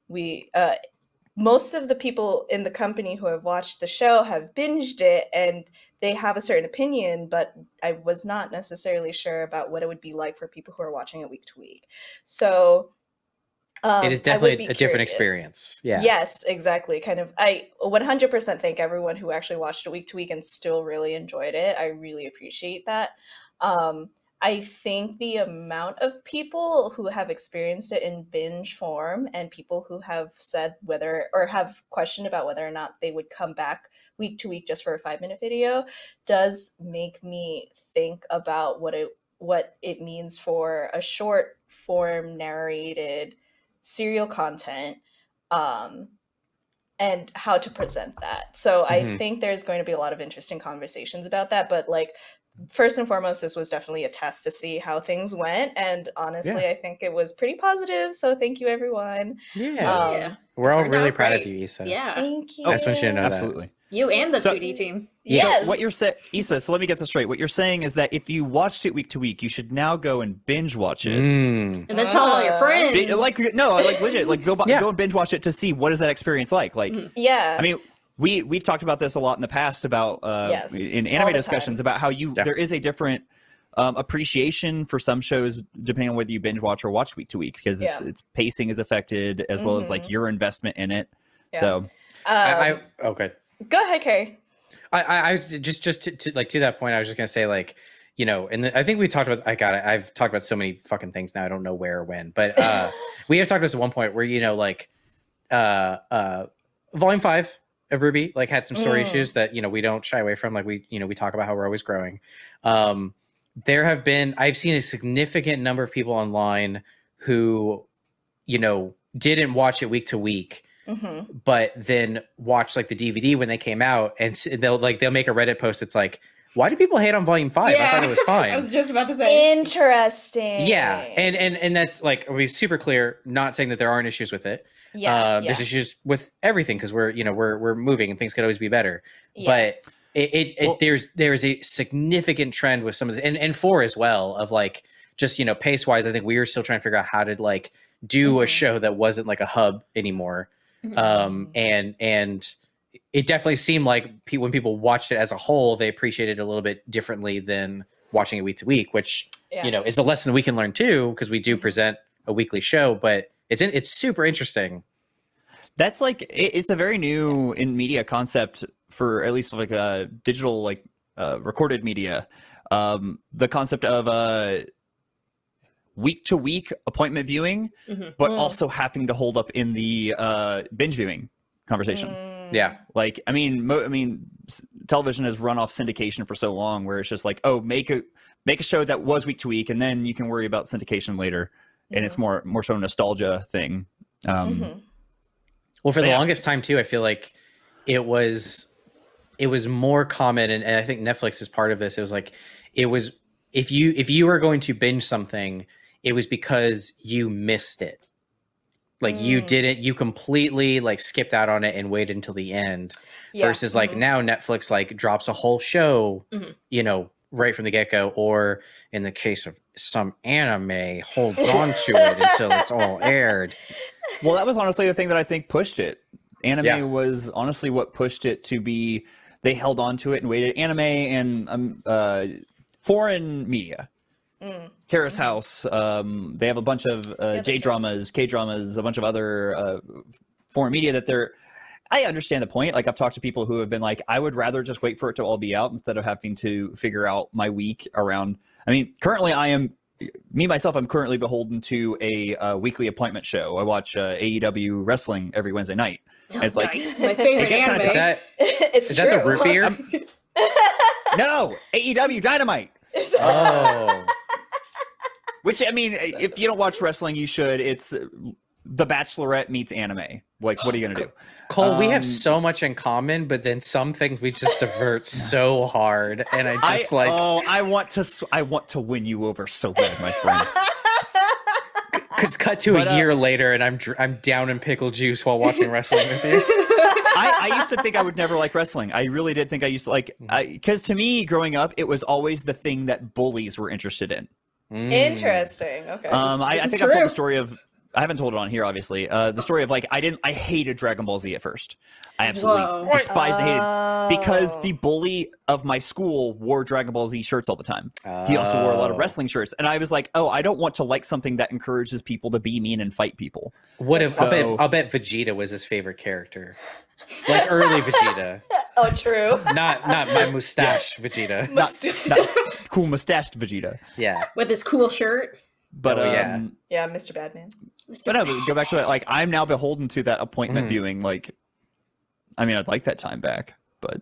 Speaker 1: we uh, most of the people in the company who have watched the show have binged it, and they have a certain opinion, but I was not necessarily sure about what it would be like for people who are watching it week to week. So. Um,
Speaker 2: it
Speaker 1: I
Speaker 2: is
Speaker 1: would
Speaker 2: definitely
Speaker 1: be
Speaker 2: a different
Speaker 1: curious.
Speaker 2: experience. Yeah.
Speaker 1: Yes, exactly. Kind of, I 100% thank everyone who actually watched it week to week and still really enjoyed it. I really appreciate that. Um, I think the amount of people who have experienced it in binge form and people who have said whether or have questioned about whether or not they would come back week to week just for a five minute video does make me think about what it what it means for a short form narrated serial content um, and how to present that. So I
Speaker 2: Mhm.
Speaker 1: think there's going to be a lot of interesting conversations about that. But like first and foremost, this was definitely a test to see how things went. And honestly, I think it was pretty positive. So thank you everyone.
Speaker 2: Yeah. Oh,
Speaker 1: Um,
Speaker 4: Yeah.
Speaker 2: We're all
Speaker 4: Turned
Speaker 2: really
Speaker 4: Uh, out
Speaker 2: proud of
Speaker 4: great.
Speaker 2: you, Issa.
Speaker 4: Yeah.
Speaker 1: Thank you.
Speaker 2: I just want you to know that.
Speaker 3: Absolutely.
Speaker 4: You and the
Speaker 3: So-
Speaker 4: 2D team.
Speaker 1: Yes.
Speaker 3: So what you're saying, Issa, so let me get this straight. What you're saying is that if you watched it week to week, you should now go and binge watch it.
Speaker 2: Mm.
Speaker 4: And then tell all your
Speaker 1: Ah.
Speaker 4: friends.
Speaker 3: Bi- like no, like legit, like go bu-
Speaker 2: Yeah.
Speaker 3: go and binge watch it to see what is that experience like. Like
Speaker 1: yeah.
Speaker 3: I mean, we we've talked about this a lot in the past about uh,
Speaker 1: Yes,
Speaker 3: in
Speaker 1: all the
Speaker 3: anime discussions about how you
Speaker 2: Yeah.
Speaker 3: there is a different um, appreciation for some shows depending on whether you binge watch or watch week to week because it's,
Speaker 1: Yeah. Mm-hmm.
Speaker 3: it's pacing is affected as well as like your investment in it.
Speaker 1: Yeah.
Speaker 3: So
Speaker 2: I, I
Speaker 1: Um,
Speaker 2: oh good.
Speaker 1: go ahead, Carrie.
Speaker 2: I, I, I was just just to, to like to that point. I was just gonna say like you know, and I think we talked about. I got it. I've talked about so many fucking things now. I don't know where or when, but uh, we have talked about this at one point where you know like uh uh volume five of ruby like had some story
Speaker 1: Mm.
Speaker 2: issues that you know we don't shy away from like we you know we talk about how we're always growing um there have been i've seen a significant number of people online who you know didn't watch it week to week
Speaker 1: hmm
Speaker 2: but then watch like the DVD when they came out, and s- they'll like they'll make a Reddit post. It's like, why do people hate on Volume Five? I thought it was fine.
Speaker 4: I was just about to say.
Speaker 1: Interesting.
Speaker 2: yeah, and and and that's like we super clear. Not saying that there aren't issues with it.
Speaker 1: yeah,
Speaker 2: um,
Speaker 1: yeah,
Speaker 2: There's issues with everything because we're you know we're we're moving and things could always be better.
Speaker 1: yeah.
Speaker 2: But it, it, it
Speaker 3: Well-
Speaker 2: there's there's a significant trend with some of the and and four as well of like just you know pace wise. I think we were still trying to figure out how to like do a
Speaker 1: Mhm.
Speaker 2: show that wasn't like a hub anymore um
Speaker 4: Mm-hmm.
Speaker 3: Uh,
Speaker 1: Mhm.
Speaker 2: and and it definitely seemed like pe- when people watched it as a whole they appreciated it a little bit differently than watching it week to week which
Speaker 1: yeah.
Speaker 2: you know is a lesson we can learn too because we do present a weekly show but it's in, it's super interesting
Speaker 3: that's like it, it's a very new in media concept for at least like uh digital like uh recorded media um the concept of uh week to week appointment viewing
Speaker 4: Mhm.
Speaker 3: but
Speaker 1: Mm.
Speaker 3: also having to hold up in the uh binge viewing conversation
Speaker 1: Mm,
Speaker 2: yeah
Speaker 3: like i mean mo- i mean s- television has run off syndication for so long where it's just like oh make a make a show that was week to week and then you can worry about syndication later and it's more more so a nostalgia thing um
Speaker 1: mhm.
Speaker 2: well for the
Speaker 3: Yeah.
Speaker 2: longest time too i feel like it was it was more common and, and i think netflix is part of this it was like it was if you if you were going to binge something it was because you missed it like you
Speaker 1: Mm.
Speaker 2: didn't you completely like skipped out on it and waited until the end
Speaker 1: Yeah,
Speaker 2: versus like
Speaker 1: mhm.
Speaker 2: now netflix like drops a whole show
Speaker 1: Mm-hmm.
Speaker 4: Mhm.
Speaker 2: you know right from the get-go or in the case of some anime holds on to it until it's all aired
Speaker 3: Well, that was honestly the thing that I think pushed it. Anime
Speaker 2: Yeah.
Speaker 3: was honestly what pushed it to be. They held on to it and waited. Anime and um, uh, foreign media.
Speaker 1: Mm.
Speaker 3: Terrace House. Um, Mm-hmm. they have a bunch of uh,
Speaker 1: that's
Speaker 3: J dramas, K dramas, a bunch of other uh, foreign media that they're. I understand the point. Like I've talked to people who have been like, I would rather just wait for it to all be out instead of having to figure out my week around. I mean, currently I am me myself. I'm currently beholden to a uh, weekly appointment show. I watch uh, AEW wrestling every Wednesday night.
Speaker 4: Oh,
Speaker 3: It's like-
Speaker 4: nice. my favorite
Speaker 3: It gets kinda
Speaker 4: anime.
Speaker 2: is that
Speaker 1: it's
Speaker 2: is
Speaker 1: true. Um,
Speaker 2: that the root beer
Speaker 3: no, AEW Dynamite.
Speaker 1: Is that-
Speaker 2: oh
Speaker 3: Which I mean, if you don't watch wrestling, you should. It's uh, The Bachelorette meets anime. Like, what are you gonna do?
Speaker 2: Cole, we
Speaker 3: Um,
Speaker 2: have so much in common, but then some things we just divert so hard, and I
Speaker 3: I,
Speaker 2: just like
Speaker 3: oh, I want to, s- I want to win you over so bad, my friend.
Speaker 2: it's cut to
Speaker 3: but, uh,
Speaker 2: a year later, and I'm dr- I'm down in pickle juice while watching wrestling with you.
Speaker 3: I, I used to think I would never like wrestling. I really did think I used to like,
Speaker 4: Mm-hmm.
Speaker 3: because to me, growing up, it was always the thing that bullies were interested in.
Speaker 2: Mm.
Speaker 1: Interesting. Okay.
Speaker 3: Um, I,
Speaker 4: this
Speaker 3: I
Speaker 4: is
Speaker 3: think I've told
Speaker 4: true.
Speaker 3: the story of, I haven't told it on here, obviously. Uh, the story of like, I didn't, I hated Dragon Ball Z at first. I absolutely
Speaker 4: Whoa.
Speaker 3: despised and hated because
Speaker 1: Oh.
Speaker 3: the bully of my school wore Dragon Ball Z shirts all the time. He also wore a lot of
Speaker 2: Oh.
Speaker 3: wrestling shirts, and I was like, "Oh, I don't want to like something that encourages people to be mean and fight people."
Speaker 2: What if
Speaker 3: So-
Speaker 2: I'll bet I'll bet Vegeta was his favorite character, like early Vegeta.
Speaker 1: Oh, true.
Speaker 2: Not not my mustache, Vegeta.
Speaker 3: Not-
Speaker 1: Mr.
Speaker 3: not- cool mustached Vegeta.
Speaker 2: Yeah.
Speaker 4: with his cool shirt.
Speaker 3: But
Speaker 2: Oh, yeah.
Speaker 3: um,
Speaker 1: yeah, Mr. Badman.
Speaker 4: Mr.
Speaker 3: but no, but go back to that. Like I'm now beholden to that appointment
Speaker 2: Mhm.
Speaker 3: viewing. Like, I mean, I'd like that time back, but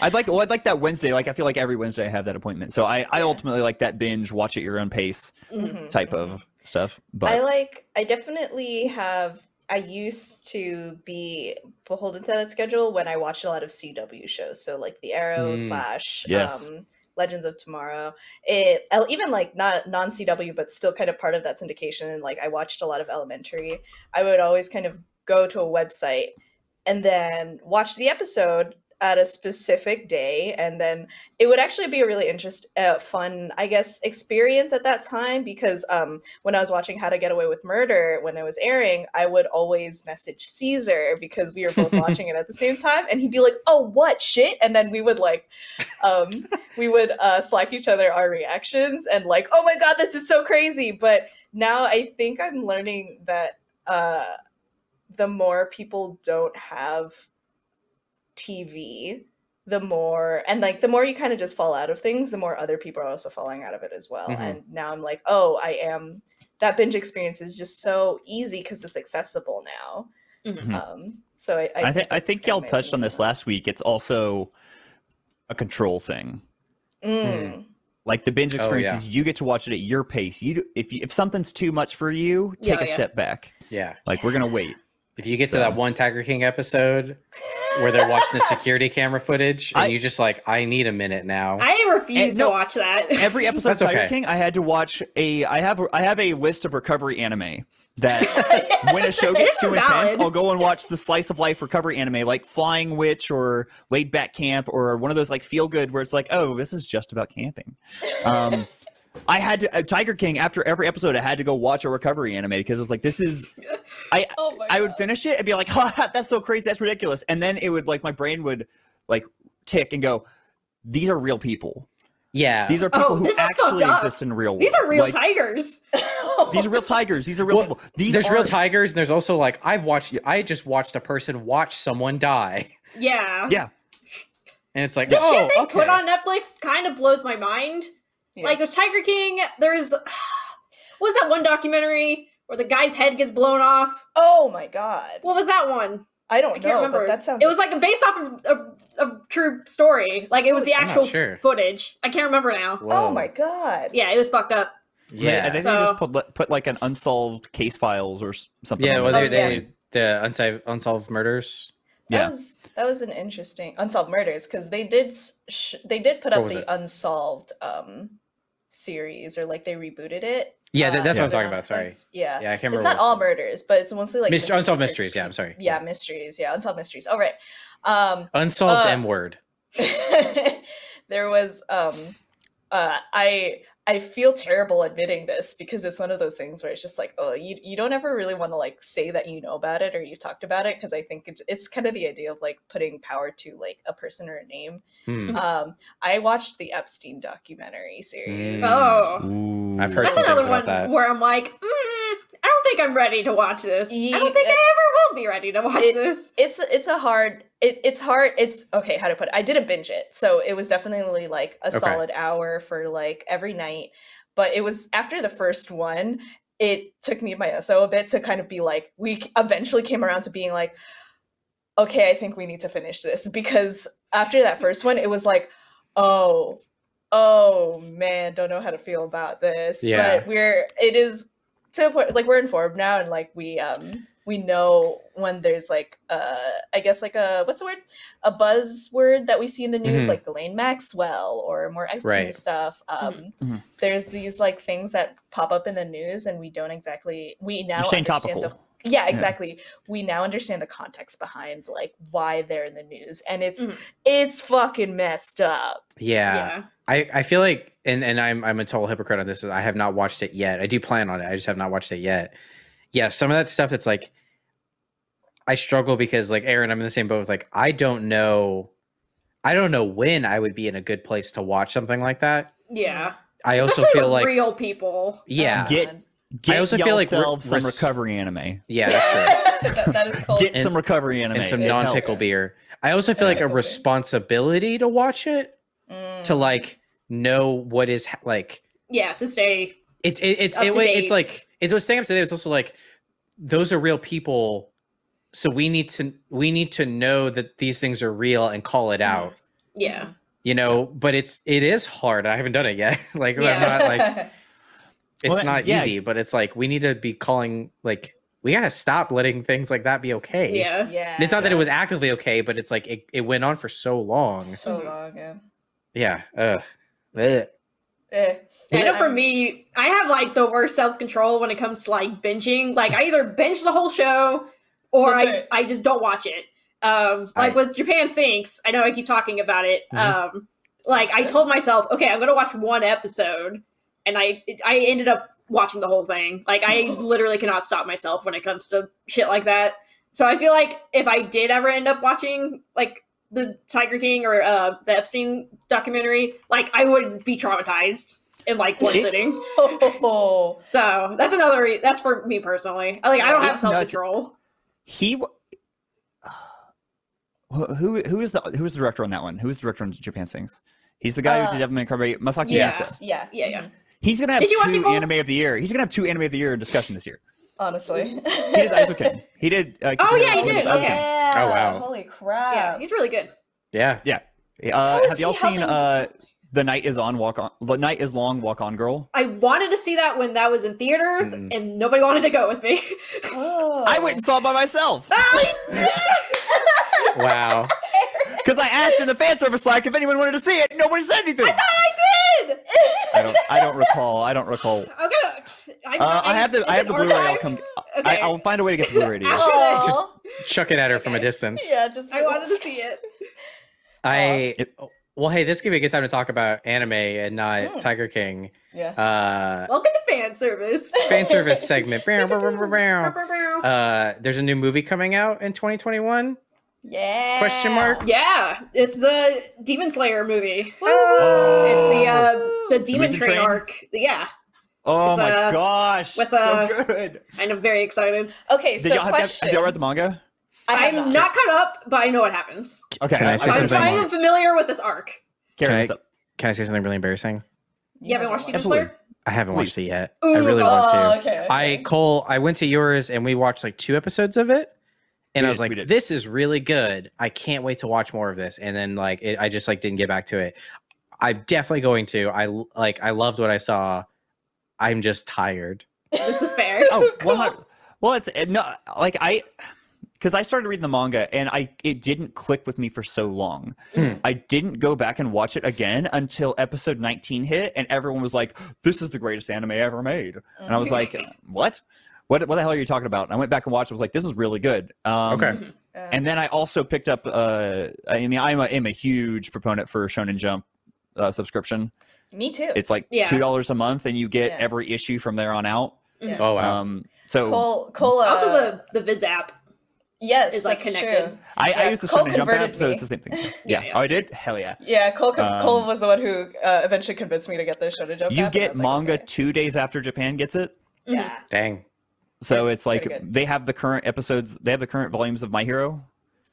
Speaker 3: I'd like well, I'd like that Wednesday. Like I feel like every Wednesday I have that appointment. So I I ultimately like that binge, watch at your own pace
Speaker 4: Mhm.
Speaker 1: Mhm,
Speaker 3: type
Speaker 1: mhm.
Speaker 3: of stuff. But
Speaker 1: I like I definitely have I used to be beholden to that schedule when I watched a lot of CW shows. So like The Arrow,
Speaker 2: Mm,
Speaker 1: Flash,
Speaker 3: yes.
Speaker 1: um, Legends of Tomorrow. It el- even like not non CW but still kind of part of that syndication and like I watched a lot of Elementary. I would always kind of go to a website and then watch the episode at a specific day and then it would actually be a really interest uh, fun i guess experience at that time because um, when i was watching how to get away with murder when it was airing i would always message caesar because we were both watching it at the same time and he'd be like oh what shit and then we would like um, we would uh, slack each other our reactions and like oh my god this is so crazy but now i think i'm learning that uh, the more people don't have TV, the more and like the more you kind of just fall out of things, the more other people are also falling out of it as well.
Speaker 2: Mhm.
Speaker 1: And now I'm like, oh, I am that binge experience is just so easy because it's accessible now.
Speaker 2: Mm-hmm.
Speaker 3: Mhm.
Speaker 1: Um, so I, I,
Speaker 3: I, think I
Speaker 1: that's
Speaker 3: think
Speaker 1: kinda
Speaker 3: y'all
Speaker 1: my
Speaker 3: touched on
Speaker 1: opinion
Speaker 3: this last week. It's also a control thing.
Speaker 1: that. Mm,
Speaker 3: Like the binge
Speaker 2: Oh,
Speaker 3: experience
Speaker 2: yeah.
Speaker 3: is you get to watch it at your pace. You do- if you, if something's too much for you,
Speaker 4: Yeah,
Speaker 3: take a
Speaker 4: yeah.
Speaker 3: step back.
Speaker 2: Yeah.
Speaker 3: Like we're gonna wait.
Speaker 2: If you get
Speaker 3: So-
Speaker 2: to that one Tiger King episode where they're watching the security camera footage and
Speaker 3: I-
Speaker 2: you're just like, I need a minute now.
Speaker 4: I refuse
Speaker 3: And
Speaker 4: to
Speaker 3: no-
Speaker 4: watch that.
Speaker 3: Every episode
Speaker 2: That's
Speaker 3: of Tiger
Speaker 2: okay.
Speaker 3: King, I had to watch a. I have I have a list of recovery anime that when a show gets
Speaker 4: It's
Speaker 3: too intense,
Speaker 4: valid.
Speaker 3: I'll go and watch the slice of life recovery anime like Flying Witch or Laid Back Camp or one of those like feel good where it's like, oh, this is just about camping. Um, I had to uh, Tiger King after every episode. I had to go watch a recovery anime because it was like, this is. I
Speaker 1: Oh my
Speaker 3: I would finish it and be like, ha, that's so crazy, that's ridiculous, and then it would like my brain would like tick and go, these are real people.
Speaker 2: yeah.
Speaker 3: These are people
Speaker 4: Oh,
Speaker 3: who
Speaker 4: this is fucked
Speaker 3: actually
Speaker 4: up.
Speaker 3: exist in real world.
Speaker 4: These are real
Speaker 3: Like,
Speaker 4: tigers.
Speaker 3: These are real tigers. These are real
Speaker 2: Well,
Speaker 3: people. These
Speaker 2: there's real
Speaker 3: aren't-
Speaker 2: tigers and there's also like I've watched I just watched a person watch someone die.
Speaker 4: Yeah.
Speaker 3: Yeah.
Speaker 2: And it's like,
Speaker 4: The
Speaker 2: oh,
Speaker 4: shit they
Speaker 2: okay.
Speaker 4: put on Netflix kind of blows my mind.
Speaker 1: yeah.
Speaker 4: Like there's Tiger King. There's what was that one documentary where the guy's head gets blown off?
Speaker 1: oh my god,
Speaker 4: What was that one?
Speaker 1: I don't
Speaker 4: I can't
Speaker 1: know,
Speaker 4: remember.
Speaker 1: but that sounds
Speaker 4: It was like based off of a, a, true story. Like it was the
Speaker 2: I'm not
Speaker 4: actual
Speaker 2: sure.
Speaker 4: footage. I can't remember now.
Speaker 1: oh
Speaker 2: Whoa.
Speaker 1: my god,
Speaker 4: Yeah, it was fucked up.
Speaker 3: I
Speaker 2: Yeah.
Speaker 3: think they
Speaker 4: So-
Speaker 3: just put, put like an unsolved case files or s- something.
Speaker 2: Yeah,
Speaker 3: on
Speaker 2: well,
Speaker 3: there.
Speaker 2: they,
Speaker 4: Oh, yeah.
Speaker 2: they, the unsolved, unsolved murders.
Speaker 1: That
Speaker 3: Yeah.
Speaker 1: was that was an interesting unsolved murders because they did s- sh- they did put
Speaker 2: What
Speaker 1: up
Speaker 2: was
Speaker 1: the
Speaker 2: it?
Speaker 1: unsolved um series or like they rebooted it.
Speaker 2: Yeah, that,
Speaker 1: uh,
Speaker 2: that's
Speaker 1: so
Speaker 2: what I'm
Speaker 1: they're
Speaker 2: talking
Speaker 1: on
Speaker 2: about. Sorry.
Speaker 1: Netflix. Yeah,
Speaker 2: Yeah, I can't remember.
Speaker 1: it's not
Speaker 2: what-
Speaker 1: all murders, but it's mostly like
Speaker 2: Mystery- unsolved
Speaker 1: murder-
Speaker 2: mysteries, yeah, I'm sorry.
Speaker 1: Yeah,
Speaker 2: Yeah.
Speaker 1: mysteries. Yeah, unsolved mysteries. All right. Um,
Speaker 2: unsolved
Speaker 1: uh,
Speaker 2: M word.
Speaker 1: there was um uh i i feel terrible admitting this because it's one of those things where it's just like oh you, you don't ever really want to like say that you know about it or you've talked about it because i think it, it's kind of the idea of like putting power to like a person or a name
Speaker 2: Hmm.
Speaker 1: um i watched the epstein documentary series
Speaker 2: Mm.
Speaker 4: Oh,
Speaker 3: Ooh.
Speaker 2: I've heard
Speaker 4: that's
Speaker 2: some things
Speaker 4: another
Speaker 2: about
Speaker 4: one
Speaker 2: that.
Speaker 4: where I'm like, mm, I don't think I'm ready to watch this. I
Speaker 1: Ye-
Speaker 4: don't think
Speaker 1: uh,
Speaker 4: I ever will be ready to watch
Speaker 1: it-
Speaker 4: this.
Speaker 1: it's it's a hard it, it's hard it's okay how to put it i didn't binge it so it was definitely like a
Speaker 2: Okay.
Speaker 1: solid hour for like every night but it was after the first one it took me and my so a bit to kind of be like we c- eventually came around to being like okay i think we need to finish this because after that first one it was like oh oh man don't know how to feel about this
Speaker 2: Yeah.
Speaker 1: but we're it is to the point like we're informed now and like we um we know when there's like uh i guess like a what's the word a buzzword that we see in the news
Speaker 2: Mhm.
Speaker 1: like Ghislaine maxwell or more Epstein
Speaker 2: Right.
Speaker 1: stuff um
Speaker 3: Mhm.
Speaker 1: there's these like things that pop up in the news and we don't exactly we now
Speaker 3: You're staying
Speaker 1: understand
Speaker 3: topical.
Speaker 1: the yeah exactly we now understand the context behind like why they're in the news and it's
Speaker 4: Mhm.
Speaker 1: it's fucking messed up
Speaker 2: Yeah.
Speaker 4: yeah.
Speaker 2: I, I feel like and, and I'm I'm a total hypocrite on this. is I have not watched it yet. I do plan on it. I just have not watched it yet. Yeah, some of that stuff that's like I struggle because like Aaron, I'm in the same boat with like I don't know I don't know when I would be in a good place to watch something like that.
Speaker 4: Yeah.
Speaker 2: I also
Speaker 4: Especially
Speaker 2: feel
Speaker 4: with
Speaker 2: like
Speaker 4: real people.
Speaker 2: yeah.
Speaker 3: Get-
Speaker 1: God.
Speaker 3: Get
Speaker 2: also feel like re-
Speaker 3: yourself some
Speaker 2: res-
Speaker 3: recovery anime.
Speaker 2: Yeah, that's true.
Speaker 1: That- that is cold.
Speaker 3: Get
Speaker 2: And-
Speaker 3: some recovery anime
Speaker 2: and some
Speaker 3: It
Speaker 2: non pickle
Speaker 3: helps.
Speaker 2: beer. I also feel like a
Speaker 1: Non-pickle beer.
Speaker 2: responsibility to watch it
Speaker 1: Mm.
Speaker 2: to like know what is ha- like
Speaker 4: yeah, to stay.
Speaker 2: it's it, it's
Speaker 4: Up
Speaker 2: it,
Speaker 4: to
Speaker 2: wa-
Speaker 4: date.
Speaker 2: it's like it's what staying up today. It's also like those are real people, so we need to we need to know that these things are real and call it out.
Speaker 4: Mm-hmm. Yeah,
Speaker 2: You know, but it's it is hard. I haven't done it yet. like I'm not like it's
Speaker 3: Well, that-
Speaker 2: not
Speaker 3: yeah,
Speaker 2: easy,
Speaker 3: it's-
Speaker 2: but it's like we need to be calling like we gotta stop letting things like that be okay.
Speaker 4: yeah.
Speaker 1: yeah.
Speaker 2: And it's not that it was actively okay, but it's like it, it went on for so long.
Speaker 1: so long. Yeah.
Speaker 2: Yeah. Uh, bleh.
Speaker 1: Eh.
Speaker 4: I know for
Speaker 1: I'm-
Speaker 4: me, I have like the worst self control when it comes to like binging. Like I either binge the whole show, or
Speaker 1: That's
Speaker 4: I
Speaker 1: right.
Speaker 4: I just don't watch it. Um, like
Speaker 2: Right.
Speaker 4: with Japan Sinks, I know I keep talking about it.
Speaker 2: Mhm.
Speaker 4: Um, like
Speaker 1: That's
Speaker 4: I
Speaker 1: good.
Speaker 4: told myself, okay, I'm gonna watch one episode, and I I ended up watching the whole thing. Like I literally cannot stop myself when it comes to shit like that. So I feel like if I did ever end up watching like the Tiger King or uh, the Epstein documentary, like I would be traumatized in like one
Speaker 3: It's-
Speaker 4: sitting.
Speaker 1: Oh,
Speaker 4: So that's another. Re- that's for me personally. I, Like I don't have
Speaker 3: It's nuts.
Speaker 4: self control.
Speaker 3: He. w- Wh- Who who is the who is the director on that one? Wwho is the director on Japan Sings? Hease the guy
Speaker 1: Uh,
Speaker 3: who did Devilman Carbonate. Masaki.
Speaker 4: Yeah.
Speaker 3: Yuasa.
Speaker 1: yes. Yeah.
Speaker 4: Yeah,
Speaker 3: Mm-hmm.
Speaker 4: yeah.
Speaker 3: He's gonna have
Speaker 4: Did you watch
Speaker 3: two
Speaker 4: it, Cole?
Speaker 3: anime of the year. He's gonna have two anime of the year in discussion this year.
Speaker 1: Honestly.
Speaker 3: He did Isoken. He did. Uh,
Speaker 4: Oh,
Speaker 3: Kikuri
Speaker 4: yeah, he
Speaker 3: Isaac-
Speaker 4: did,
Speaker 3: Isaac-
Speaker 4: okay.
Speaker 1: Yeah,
Speaker 2: Oh, wow.
Speaker 1: Holy
Speaker 4: Yeah,
Speaker 1: crap.
Speaker 4: he's really good.
Speaker 2: yeah.
Speaker 4: Oh,
Speaker 3: Uh,
Speaker 1: is
Speaker 3: have
Speaker 1: he
Speaker 3: y'all seen
Speaker 1: helping?
Speaker 3: uh, the night is on walk on? The night is long walk on girl.
Speaker 4: I wanted to see that when that was in theaters,
Speaker 2: Mm.
Speaker 4: and nobody wanted to go with me. Ah!
Speaker 1: Oh.
Speaker 3: I went and saw it by myself
Speaker 2: Wow.
Speaker 3: because I asked in the fan service Slack if anyone wanted to see it. Nobody said anything.
Speaker 4: I did.
Speaker 3: I don't. I don't recall. I don't recall.
Speaker 4: I'm gonna. I,
Speaker 3: Uh, I have the.
Speaker 4: it's
Speaker 3: I have the
Speaker 4: an
Speaker 3: Blu-ray. I'll
Speaker 4: archive.
Speaker 3: come.
Speaker 4: Okay.
Speaker 3: I, I'll find a way to get the Blu-ray to you.
Speaker 4: Ow.
Speaker 1: Aw.
Speaker 2: Just- Chuck it at her from a
Speaker 4: Okay.
Speaker 2: distance.
Speaker 1: yeah, just
Speaker 4: I wanted to see it.
Speaker 2: I oh,
Speaker 3: It-
Speaker 2: well, hey, this could be a good time to talk about anime and not
Speaker 1: Mm.
Speaker 2: Tiger King.
Speaker 1: Yeah.
Speaker 2: Uh,
Speaker 4: Welcome to fan service.
Speaker 2: fan service segment. Bow, bow, bow, bow, bow.
Speaker 4: yeah,
Speaker 2: uh, there's a new movie coming out in 2021.
Speaker 1: Yeah.
Speaker 2: Question mark?
Speaker 4: it's the Demon Slayer movie.
Speaker 3: Oh.
Speaker 4: It's the uh, the Demon
Speaker 3: Demon
Speaker 4: Train,
Speaker 3: Train?
Speaker 4: arc. Yeah,
Speaker 3: Oh
Speaker 4: It's,
Speaker 3: my
Speaker 4: uh,
Speaker 3: gosh!
Speaker 4: with,
Speaker 3: so
Speaker 4: uh,
Speaker 3: good.
Speaker 4: and I'm very excited.
Speaker 1: Okay,
Speaker 3: Did
Speaker 1: so
Speaker 3: y'all have, have,
Speaker 1: question.
Speaker 3: have y'all read the manga?
Speaker 1: I have
Speaker 4: I'm not caught up, but I know what happens.
Speaker 3: Okay.
Speaker 2: Can I say
Speaker 3: I'm-
Speaker 4: I'm
Speaker 2: something?
Speaker 4: fine and familiar with this arc.
Speaker 3: Karen,
Speaker 2: Can I-
Speaker 3: what's up?
Speaker 2: Can I say something really embarrassing?
Speaker 4: You haven't watched Demon
Speaker 3: Absolutely.
Speaker 4: Slayer?
Speaker 2: I haven't
Speaker 3: Please.
Speaker 2: watched it yet. I
Speaker 4: Ooh,
Speaker 2: really
Speaker 4: oh,
Speaker 2: want to.
Speaker 1: Oh, okay, okay.
Speaker 2: I Cole, I went to yours and we watched like two episodes of it, and
Speaker 3: We
Speaker 2: I was
Speaker 3: did, we
Speaker 2: like,
Speaker 3: did.
Speaker 2: "This is really good. I can't wait to watch more of this." And then like, it, I just like didn't get back to it. I'm definitely going to. I l- like, I loved what I saw. I'm just tired.
Speaker 4: This is fair.
Speaker 3: oh, well, not- well, it's uh, no, like I, because I started reading the manga and I it didn't click with me for so long.
Speaker 2: Hmm.
Speaker 3: I didn't go back and watch it again until episode 19 hit, and everyone was like, "This is the greatest anime ever made," and I was like, "What?" What, what the hell are you talking about? And I went back and watched. I was like, "This is really good." Um,
Speaker 2: Okay.
Speaker 1: Uh,
Speaker 3: And then I also picked up. Uh, I mean, I'm a, I'm a huge proponent for Shonen Jump uh, subscription.
Speaker 1: me too.
Speaker 3: It's like
Speaker 4: Yeah.
Speaker 3: two dollars a month, and you get
Speaker 1: Yeah.
Speaker 3: every issue from there on out.
Speaker 4: Yeah.
Speaker 2: Oh wow.
Speaker 3: Um, so
Speaker 1: Cole, Cole uh,
Speaker 4: also, the the Viz app
Speaker 1: yes
Speaker 4: is like
Speaker 1: that's
Speaker 4: connected.
Speaker 1: True.
Speaker 3: I,
Speaker 1: Yeah,
Speaker 3: I used the
Speaker 1: Cole
Speaker 3: Shonen Jump
Speaker 1: converted
Speaker 3: app, so
Speaker 1: me.
Speaker 3: it's the same thing.
Speaker 4: Yeah,
Speaker 3: Yeah.
Speaker 4: yeah.
Speaker 3: Oh, I did? Hell yeah.
Speaker 1: Yeah, Cole. co- Cole
Speaker 3: Um,
Speaker 1: was the one who uh, eventually convinced me to get the Shonen Jump.
Speaker 3: You
Speaker 1: app, and I
Speaker 3: get
Speaker 1: was like,
Speaker 3: manga
Speaker 1: okay.
Speaker 3: two days after Japan gets it.
Speaker 1: Yeah.
Speaker 2: Dang.
Speaker 3: So
Speaker 1: That's
Speaker 3: it's like
Speaker 1: pretty good.
Speaker 3: they have the current episodes, they have the current volumes of My Hero.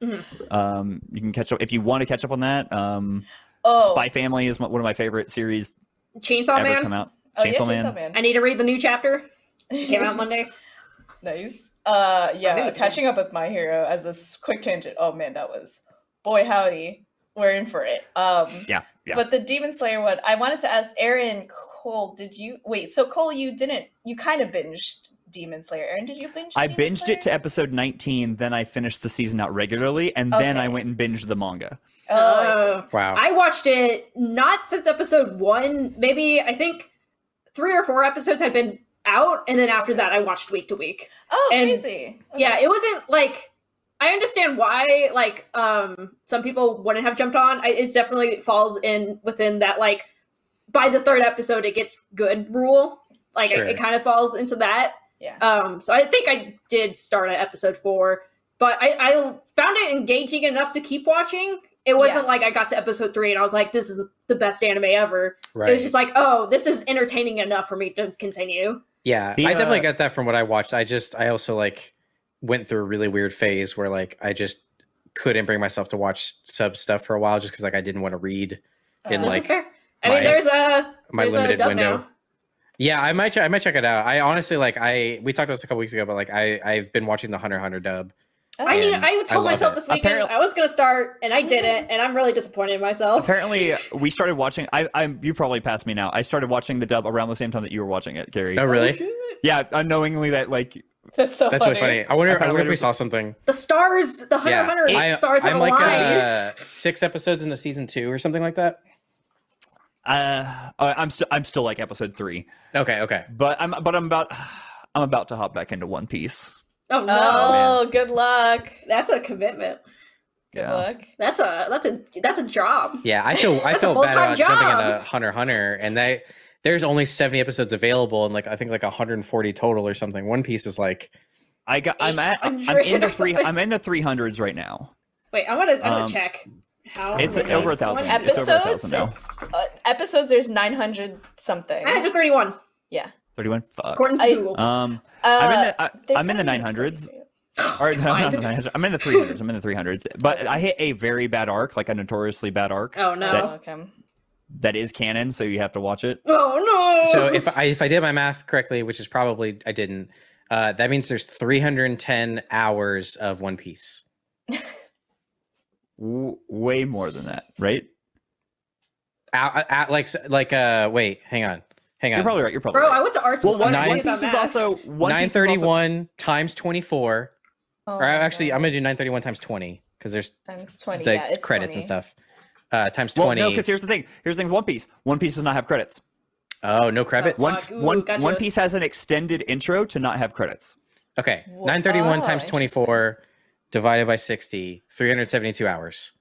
Speaker 4: Mhm.
Speaker 1: Mm-hmm.
Speaker 3: Um, you can catch up if you want to catch up on that. Um,
Speaker 1: Oh,
Speaker 3: Spy Family is one of my favorite series
Speaker 4: Chainsaw
Speaker 3: ever
Speaker 4: Man.
Speaker 3: come out.
Speaker 1: oh,
Speaker 3: Chainsaw
Speaker 1: yeah,
Speaker 3: Man.
Speaker 1: Chainsaw Man.
Speaker 4: I need to read the new chapter. It came out Monday.
Speaker 1: Nice. Uh, yeah,
Speaker 4: Amazing.
Speaker 1: catching up with My Hero as a s- quick tangent. Oh man, that was boy howdy, we're in for it. Um,
Speaker 3: Yeah, yeah.
Speaker 1: But the Demon Slayer one, I wanted to ask Aaron Cole. Did you wait? So Cole, you didn't. You kind of binged Demon Slayer. Aaron, did you binge?
Speaker 3: I
Speaker 1: Demon
Speaker 3: binged it to
Speaker 1: Slayer?
Speaker 3: episode 19, then I finished the season out regularly, and then I
Speaker 1: Okay.
Speaker 3: went and binged the manga.
Speaker 1: Oh, I see.
Speaker 2: Wow.
Speaker 4: Uh, I watched it not since episode one. Maybe I think three or four episodes had been out, and then after that, I watched week to week.
Speaker 1: oh
Speaker 4: And-
Speaker 1: crazy.
Speaker 4: Yeah,
Speaker 1: Okay.
Speaker 4: it wasn't like I understand why like um some people wouldn't have jumped on. I, it definitely falls in within that like by the third episode it gets good rule. Like
Speaker 2: Sure.
Speaker 4: it, it kind of falls into that.
Speaker 1: yeah.
Speaker 4: Um, so I think I did start at episode four, but I, I found it engaging enough to keep watching. It wasn't
Speaker 1: Yeah.
Speaker 4: like I got to episode three and I was like, "This is the best anime ever."
Speaker 2: right.
Speaker 4: It was just like, "Oh, this is entertaining enough for me to continue."
Speaker 2: Yeah,
Speaker 3: See,
Speaker 2: I definitely
Speaker 3: uh,
Speaker 2: got that from what I watched. I just I also like went through a really weird phase where like I just couldn't bring myself to watch sub stuff for a while just because like I didn't want to read in
Speaker 1: Uh,
Speaker 4: this
Speaker 2: like
Speaker 4: is fair. I
Speaker 2: my-
Speaker 4: mean, there's a
Speaker 2: my
Speaker 4: there's a
Speaker 2: limited
Speaker 4: dub
Speaker 2: window.
Speaker 4: now.
Speaker 2: Yeah, I might ch- I might check it out. I honestly like I we talked about this a couple weeks ago, but like I I've been watching the Hunter x Hunter dub.
Speaker 4: I need.
Speaker 2: And
Speaker 4: I
Speaker 2: I
Speaker 4: told
Speaker 2: love
Speaker 4: myself
Speaker 2: it.
Speaker 4: this weekend
Speaker 3: Apparently-
Speaker 4: I was gonna start, and I didn't, and I'm really disappointed in
Speaker 1: Oh.
Speaker 4: myself.
Speaker 3: Apparently, we started watching. I, I'm you probably passed me now. I started watching the dub around the same time that you were watching it, Gary.
Speaker 2: Oh really?
Speaker 3: Yeah, unknowingly that like
Speaker 1: That's so
Speaker 2: That's really funny. I wonder,
Speaker 3: I
Speaker 2: I
Speaker 3: found
Speaker 2: wonder if
Speaker 3: later-
Speaker 2: we saw something.
Speaker 4: The stars, the Hunter
Speaker 2: Yeah,
Speaker 4: x Hunter
Speaker 2: I,
Speaker 4: stars have
Speaker 2: I'm
Speaker 4: a
Speaker 2: like
Speaker 4: line.
Speaker 2: uh, six episodes into season two or something like that.
Speaker 3: uh, I- I'm still I'm still like episode three,
Speaker 2: Okay, okay.
Speaker 3: but I'm but I'm about I'm about to hop back into One Piece.
Speaker 4: oh no,
Speaker 1: Oh, good luck.
Speaker 4: that's a commitment.
Speaker 1: Good
Speaker 3: Yeah.
Speaker 1: luck.
Speaker 4: That's a that's a that's a job.
Speaker 2: Yeah, I feel I
Speaker 4: That's a
Speaker 2: feel bad
Speaker 4: full-time
Speaker 2: about jumping
Speaker 4: job.
Speaker 2: into Hunter x Hunter, and they there's only 70 episodes available, and like I think like 140 total or something. One Piece is like
Speaker 3: I got I'm at I'm
Speaker 4: 800
Speaker 3: in the
Speaker 4: or
Speaker 3: three
Speaker 4: something.
Speaker 3: I'm in the three hundreds right now.
Speaker 4: Wait, I'm gonna I'm gonna
Speaker 3: Um,
Speaker 4: check. How
Speaker 3: It's
Speaker 4: many-
Speaker 3: over a thousand. It's over a
Speaker 1: Episodes?
Speaker 3: thousand now.
Speaker 1: Uh, episodes, there's 900 something. Uh,
Speaker 4: I have to 31
Speaker 3: Thirty one. Fuck.
Speaker 4: according to
Speaker 1: I-
Speaker 4: Google.
Speaker 3: Um, I'm in
Speaker 1: Uh,
Speaker 3: the I,
Speaker 1: there's
Speaker 3: I'm in
Speaker 1: gotta be
Speaker 3: the nine
Speaker 1: a
Speaker 3: hundreds.
Speaker 1: couple.
Speaker 3: Or no, not
Speaker 4: God.
Speaker 3: the 900s. I'm in the 300s. I'm in the 300s. But I hit a very bad arc, like a notoriously bad arc
Speaker 4: oh
Speaker 1: Oh,
Speaker 4: no.
Speaker 1: okay.
Speaker 3: that is canon, so you have to watch it.
Speaker 4: oh no.
Speaker 2: so if I if I did my math correctly, which is probably I didn't, uh, that means there's 310 hours of One Piece.
Speaker 3: W- way more than that, right?
Speaker 2: At, like s- like uh wait, hang on, hang
Speaker 3: You're
Speaker 2: on.
Speaker 3: probably right. You're probably
Speaker 4: Bro, I
Speaker 3: right.
Speaker 4: went to art school.
Speaker 3: Well, one,
Speaker 2: Nine-
Speaker 4: I'm
Speaker 3: one
Speaker 4: worried about
Speaker 3: Piece is
Speaker 4: math.
Speaker 3: also one Piece is also-
Speaker 2: 931 times 24,
Speaker 1: Oh
Speaker 2: or
Speaker 1: my
Speaker 2: actually
Speaker 1: God.
Speaker 2: I'm gonna do 931 times 20 because there's
Speaker 1: times 20.
Speaker 2: the
Speaker 1: yeah, it's 20.
Speaker 2: credits and stuff. Uh, times
Speaker 3: Well,
Speaker 2: 20.
Speaker 3: no, because here's the thing. Here's the thing. with One Piece. One Piece does not have credits.
Speaker 2: oh, no credits.
Speaker 3: One,
Speaker 4: Fuck, ooh,
Speaker 3: one,
Speaker 4: gotcha.
Speaker 3: one Piece has an extended intro to not have credits.
Speaker 2: Okay,
Speaker 1: Wha-
Speaker 2: 931
Speaker 1: Oh,
Speaker 2: times 24 divided by 60, 372 hours.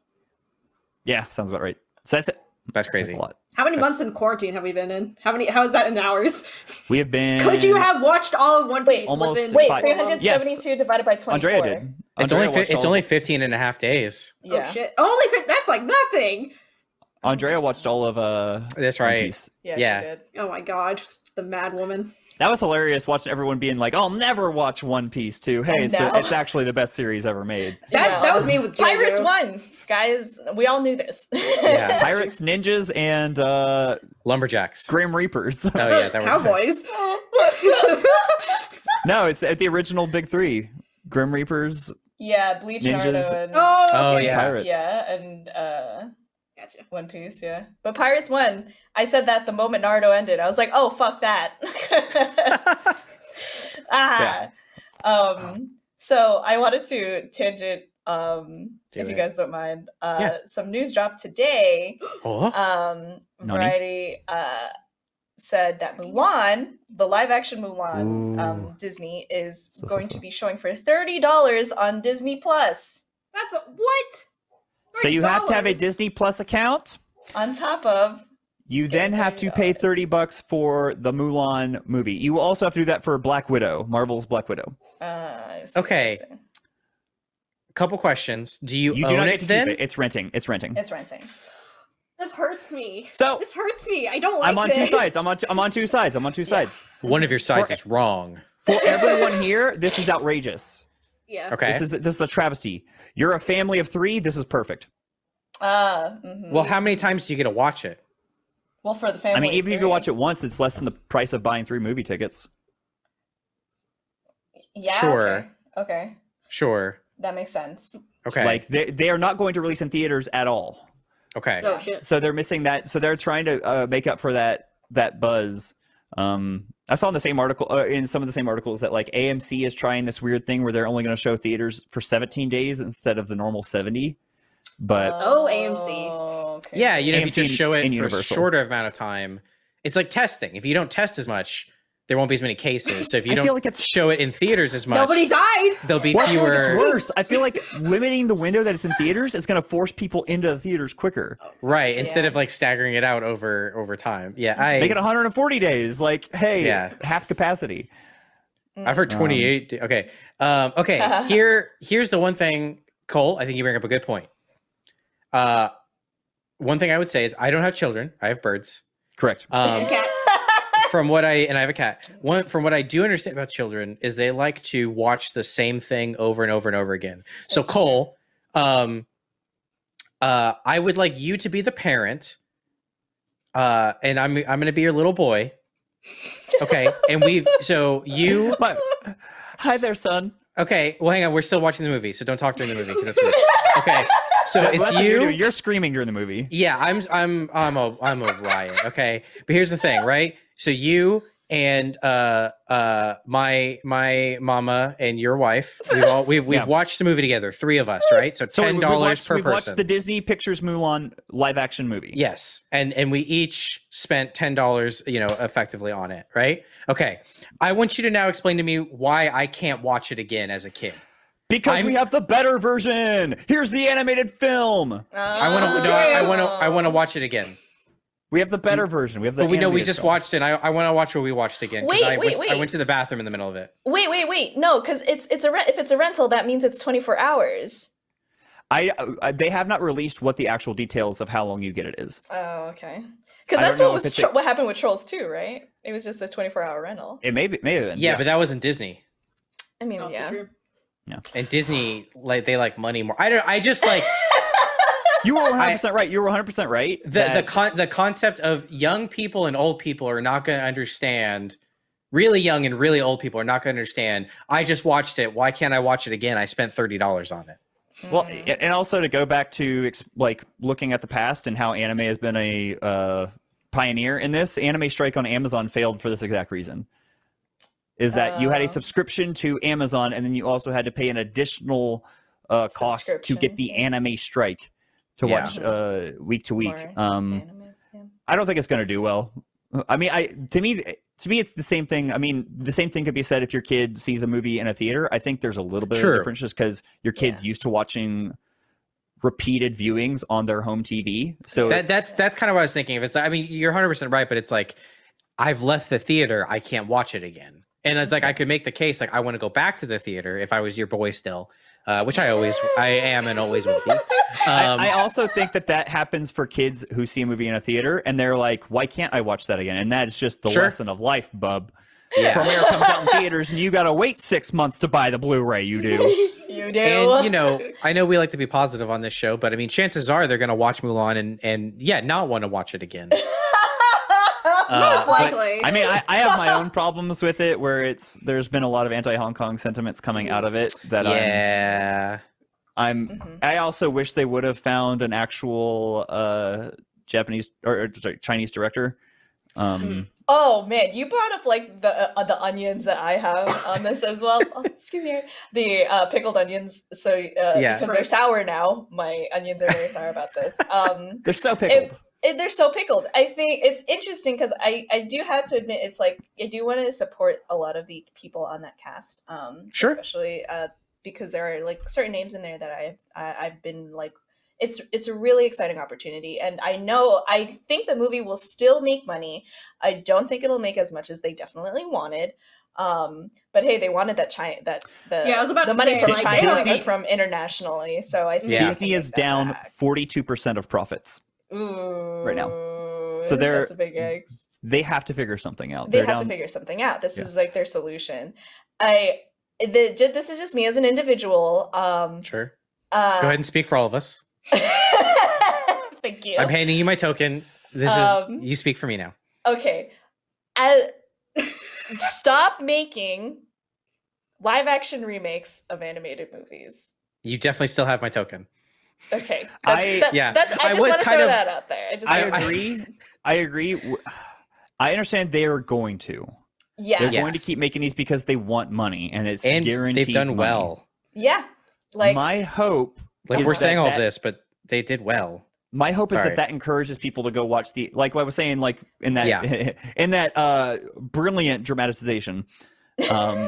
Speaker 3: Yeah, sounds about right. So that's,
Speaker 2: That's
Speaker 3: that's
Speaker 2: crazy.
Speaker 3: a lot.
Speaker 4: How many
Speaker 2: That's-
Speaker 4: months in quarantine have we been in? How many? How is that in hours?
Speaker 3: We have been.
Speaker 4: Could you have watched all of One
Speaker 1: Wait,
Speaker 4: Piece?
Speaker 3: Almost
Speaker 4: within
Speaker 1: Wait,
Speaker 3: Five.
Speaker 4: all of them?
Speaker 1: 372 divided by 24.
Speaker 3: Andrea did.
Speaker 2: It's
Speaker 3: Andrea
Speaker 2: only fi-
Speaker 3: watched
Speaker 2: it's
Speaker 3: all-
Speaker 2: only 15 and a half days.
Speaker 1: Yeah.
Speaker 4: Oh shit! Only for, that's like nothing.
Speaker 3: Andrea watched all of uh.
Speaker 2: That's
Speaker 3: One
Speaker 2: right.
Speaker 3: Piece.
Speaker 1: Yeah,
Speaker 2: Yeah.
Speaker 1: she did.
Speaker 4: Oh my god, the mad woman.
Speaker 3: That was hilarious watching everyone being like, "I'll never watch One Piece too." Hey, it's, the,
Speaker 1: know.
Speaker 3: it's actually the best series ever made.
Speaker 4: That
Speaker 1: No.
Speaker 4: that was me with Jojo.
Speaker 1: Pirates won, guys. We all knew this.
Speaker 2: Yeah.
Speaker 3: Pirates, ninjas, and uh,
Speaker 2: Lumberjacks.
Speaker 3: Grim Reapers.
Speaker 2: Oh yeah, that was
Speaker 4: Cowboys. Oh,
Speaker 3: no, it's at the original big three: Grim Reapers,
Speaker 1: yeah, Bleach,
Speaker 3: Ninjas-
Speaker 1: Naruto, and
Speaker 4: oh,
Speaker 2: Oh,
Speaker 4: okay.
Speaker 2: yeah.
Speaker 3: Pirates.
Speaker 1: yeah, and uh,
Speaker 4: Gotcha.
Speaker 1: One Piece. Yeah, but Pirates won. I said that the moment Naruto ended. I was like, oh fuck that. ah. Um. So I wanted to tangent. Um.
Speaker 2: Do
Speaker 1: if you
Speaker 2: it.
Speaker 1: guys don't mind, uh,
Speaker 2: Yeah.
Speaker 1: some news dropped today.
Speaker 2: Oh,
Speaker 1: Um,
Speaker 3: Nani?
Speaker 1: Variety uh, said that Mulan, the live action Mulan,
Speaker 3: Ooh.
Speaker 1: um, Disney is
Speaker 3: So, so,
Speaker 1: going
Speaker 3: so.
Speaker 1: to be showing for thirty dollars on Disney Plus.
Speaker 4: That's a, what?
Speaker 3: So you have to have a
Speaker 4: $3?
Speaker 3: Disney Plus account.
Speaker 1: On top of
Speaker 3: You then have to pay thirty bucks for the Mulan movie. You also have to do that for Black Widow, Marvel's Black Widow.
Speaker 1: uh, I see what you're
Speaker 2: Okay.
Speaker 1: saying.
Speaker 2: couple questions. Do you,
Speaker 3: You
Speaker 2: own
Speaker 3: do not
Speaker 2: it
Speaker 3: get to
Speaker 2: then?
Speaker 3: keep it. It's renting. It's renting.
Speaker 1: it's renting.
Speaker 4: This hurts me.
Speaker 3: so
Speaker 4: This hurts me. I don't like
Speaker 3: I'm on
Speaker 4: this.
Speaker 3: two sides. I'm on. Two, I'm on two sides. I'm on two sides.
Speaker 2: One of your sides
Speaker 3: For-
Speaker 2: is wrong.
Speaker 3: For everyone here, this is outrageous.
Speaker 4: Yeah.
Speaker 2: Okay.
Speaker 3: This is this is a travesty. You're a family of three. This is perfect.
Speaker 1: Uh, mhm.
Speaker 2: well, how many times do you get to watch it?
Speaker 1: well for the family.
Speaker 3: I mean, even if you
Speaker 1: three.
Speaker 3: watch it once, it's less than the price of buying three movie tickets.
Speaker 1: yeah,
Speaker 2: Sure.
Speaker 1: Okay. okay,
Speaker 2: Sure.
Speaker 1: that makes sense.
Speaker 2: Okay.
Speaker 3: Like they they are not going to release in theaters at all.
Speaker 2: okay.
Speaker 4: Oh shit.
Speaker 3: So they're missing that. So they're trying to uh, make up for that that buzz. Um, I saw in the same article uh, in some of the same articles that like AMC is trying this weird thing where they're only going to show theaters for 17 days instead of the normal 70. But
Speaker 1: Uh,
Speaker 4: Oh, AMC.
Speaker 1: Okay.
Speaker 2: Yeah, you know, if
Speaker 3: AMC
Speaker 2: you just show it
Speaker 3: and
Speaker 2: for a
Speaker 3: Universal.
Speaker 2: shorter amount of time, it's like testing. If you don't test as much, there won't be as many cases. So if you
Speaker 3: I
Speaker 2: don't
Speaker 3: feel like it's-
Speaker 2: show it in theaters as much,
Speaker 4: Nobody died.
Speaker 2: there'll be
Speaker 3: Well, I feel like
Speaker 2: fewer.
Speaker 3: it's worse. I feel like limiting the window that it's in theaters is going to force people into the theaters quicker.
Speaker 2: right instead
Speaker 1: Yeah.
Speaker 2: of like staggering it out over over time yeah i
Speaker 3: Make it 140 days. Like, hey,
Speaker 2: Yeah.
Speaker 3: half capacity.
Speaker 2: i've heard
Speaker 3: Um,
Speaker 2: 28 da- okay um okay here here's the one thing cole i think you bring up a good point uh one thing i would say is i don't have children i have birds
Speaker 3: Correct.
Speaker 2: um
Speaker 4: Cat.
Speaker 2: from what I and I have a cat. One from what I do understand about children is they like to watch the same thing over and over and over again. So
Speaker 1: That's
Speaker 2: Cole, um, uh, I would like you to be the parent, uh, and I'm I'm gonna be your little boy. Okay, and we've so you
Speaker 3: My- Hi there, son.
Speaker 2: okay. Well, hang on, we're still watching the movie, so don't talk during the movie because that's weird. Okay, so
Speaker 3: Well,
Speaker 2: it's
Speaker 3: that's what you're
Speaker 2: you.
Speaker 3: doing. You're screaming during the movie.
Speaker 2: Yeah, I'm I'm I'm a I'm a riot. Okay, but here's the thing, right? So you and uh uh my my mama and your wife, we've all we've we've
Speaker 3: Yeah.
Speaker 2: watched the movie together, three of us, right? So
Speaker 3: So we-
Speaker 2: ten
Speaker 3: we
Speaker 2: dollars
Speaker 3: watched-
Speaker 2: per
Speaker 3: we watched
Speaker 2: person.
Speaker 3: the Disney Pictures Mulan live action movie.
Speaker 2: Yes, and and we each spent ten dollars, you know, effectively on it, right? Okay, I want you to now explain to me why I can't watch it again as a kid.
Speaker 3: Because
Speaker 2: I'm-
Speaker 3: we have the better version. Here's the animated film.
Speaker 2: I want
Speaker 4: Oh.
Speaker 2: to no, I want to I want to watch it again.
Speaker 3: We have the better version. We have the.
Speaker 2: Mm. But we know we
Speaker 3: animated
Speaker 2: just
Speaker 3: film.
Speaker 2: watched it. And I I want to watch what we watched again. 'cause
Speaker 1: Wait,
Speaker 2: I
Speaker 1: wait,
Speaker 2: went, I
Speaker 1: wait.
Speaker 2: went to the bathroom in the middle of it.
Speaker 1: Wait, wait, wait. No, because it's it's a re- if it's a rental, that means it's twenty four hours.
Speaker 3: I, I they have not released what the actual details of how long you get it is.
Speaker 1: Oh, okay.
Speaker 3: I
Speaker 1: Because that's
Speaker 3: don't know
Speaker 1: what
Speaker 3: if
Speaker 1: was
Speaker 3: it's a-
Speaker 1: tro- what happened with Trolls too, right? It was just a twenty four hour rental.
Speaker 3: It may be, may have been.
Speaker 2: yeah, but that wasn't Disney.
Speaker 1: I mean,
Speaker 4: Also
Speaker 1: yeah.
Speaker 4: true.
Speaker 2: And Disney like they like money more. I don't. I just like
Speaker 3: you were 100 percent right. You were 100 percent right.
Speaker 2: the the
Speaker 3: that-
Speaker 2: con- the concept of young people and old people are not going to understand. Really young and really old people are not going to understand. I just watched it. Why can't I watch it again? I spent thirty dollars on it.
Speaker 3: well,
Speaker 1: Mm.
Speaker 3: a- and also to go back to ex- like looking at the past and how anime has been a uh, pioneer in this. Anime Strike on Amazon failed for this exact reason. Is that you had
Speaker 1: Oh.
Speaker 3: a subscription to Amazon and then you also had to pay an additional uh, cost to
Speaker 1: Subscription,
Speaker 3: get the
Speaker 1: yeah.
Speaker 3: Anime Strike to
Speaker 2: Yeah.
Speaker 3: watch uh, week to week.
Speaker 1: More
Speaker 3: Um,
Speaker 1: anime, yeah.
Speaker 3: I don't think it's going to do well. I mean, I to me to me it's the same thing. I mean, the same thing could be said if your kid sees a movie in a theater. I think there's a little bit
Speaker 2: True.
Speaker 3: of a difference just because your kid's used to watching repeated viewings on their home TV. So
Speaker 2: That that's that's kind of what I was thinking. If it's, I mean, you're hundred percent right, but it's like I've left the theater. I can't watch it again. And it's like I could make the case like I want to go back to the theater if I was your boy still, uh, which I always I am and always will be. Um,
Speaker 3: I, I also think that that happens for kids who see a movie in a theater and they're like, "Why can't I watch that again?" And that is just the
Speaker 2: Sure.
Speaker 3: lesson of life, bub.
Speaker 2: yeah.
Speaker 3: Premiere comes out in theaters, and you gotta wait six months to buy the Blu-ray. You do.
Speaker 1: You do.
Speaker 2: and you know i know we like to be positive on this show but i mean chances are they're going to watch mulan and and yeah not want to watch it again
Speaker 3: uh,
Speaker 4: Most
Speaker 2: but-
Speaker 4: likely.
Speaker 3: I mean, I, I have my own problems with it, where it's there's been a lot of anti-Hong Kong sentiments coming out of it that
Speaker 2: yeah
Speaker 3: I'm I'm
Speaker 1: Mhm.
Speaker 3: I also wish they would have found an actual uh Japanese or, or sorry, Chinese director. Um,
Speaker 1: Oh man, you brought up like the uh, the onions that I have on this as well. Oh, excuse me, the uh, pickled onions. So uh,
Speaker 2: Yeah.
Speaker 1: because they're
Speaker 4: Gross.
Speaker 1: sour now, my onions are very sour about this. Um,
Speaker 3: They're so pickled.
Speaker 1: it- they're so pickled. I think it's interesting because I I do have to admit it's like I do want to support a lot of the people on that cast. Um,
Speaker 2: Sure.
Speaker 1: Especially uh, because there are like certain names in there that I've I, I've been like it's it's a really exciting opportunity and i know i think the movie will still make money i don't think it'll make as much as they definitely wanted um but hey they wanted that china that the
Speaker 4: Yeah, I was about
Speaker 1: the
Speaker 4: to
Speaker 1: money
Speaker 4: say,
Speaker 1: from
Speaker 3: like,
Speaker 1: china
Speaker 3: Disney-
Speaker 1: but from internationally so i think
Speaker 2: Yeah.
Speaker 1: they can
Speaker 3: Disney
Speaker 1: make
Speaker 3: is
Speaker 1: that
Speaker 3: down
Speaker 1: back.
Speaker 3: forty-two percent of profits.
Speaker 1: Ooh,
Speaker 3: now.
Speaker 1: So
Speaker 3: they're-
Speaker 1: that's a big X.
Speaker 3: They have to figure something out.
Speaker 1: They
Speaker 3: They're
Speaker 1: have
Speaker 3: down-
Speaker 1: to figure something out. This
Speaker 3: Yeah.
Speaker 1: is like their solution. I the, ju- this is just me as an individual. Um,
Speaker 2: sure
Speaker 1: uh,
Speaker 2: go ahead and speak for all of us
Speaker 1: thank you.
Speaker 2: i'm handing you my token this
Speaker 1: Um,
Speaker 2: is you speak for me now
Speaker 1: okay, I, stop making live action remakes of animated movies.
Speaker 2: you definitely still have my token
Speaker 1: Okay, that's,
Speaker 3: I-
Speaker 1: that-
Speaker 2: yeah,
Speaker 1: that's I
Speaker 2: I
Speaker 1: just
Speaker 2: was
Speaker 1: want to
Speaker 2: kind
Speaker 1: throw
Speaker 2: of-
Speaker 1: that out there. I just
Speaker 3: I
Speaker 1: wanna-
Speaker 3: agree. I agree. w- I understand they are going to.
Speaker 1: yes.
Speaker 3: They're going to keep making these because they want money, and it's
Speaker 2: and
Speaker 3: guaranteed.
Speaker 2: they've done
Speaker 3: money.
Speaker 2: well
Speaker 1: yeah, like
Speaker 3: my hope
Speaker 2: like
Speaker 3: is
Speaker 2: we're
Speaker 3: that
Speaker 2: saying all
Speaker 3: that-
Speaker 2: this but they did well
Speaker 3: my hope is
Speaker 2: Sorry.
Speaker 3: that that encourages people to go watch the like what I was saying like in that
Speaker 2: Yeah.
Speaker 3: in that uh brilliant dramatization um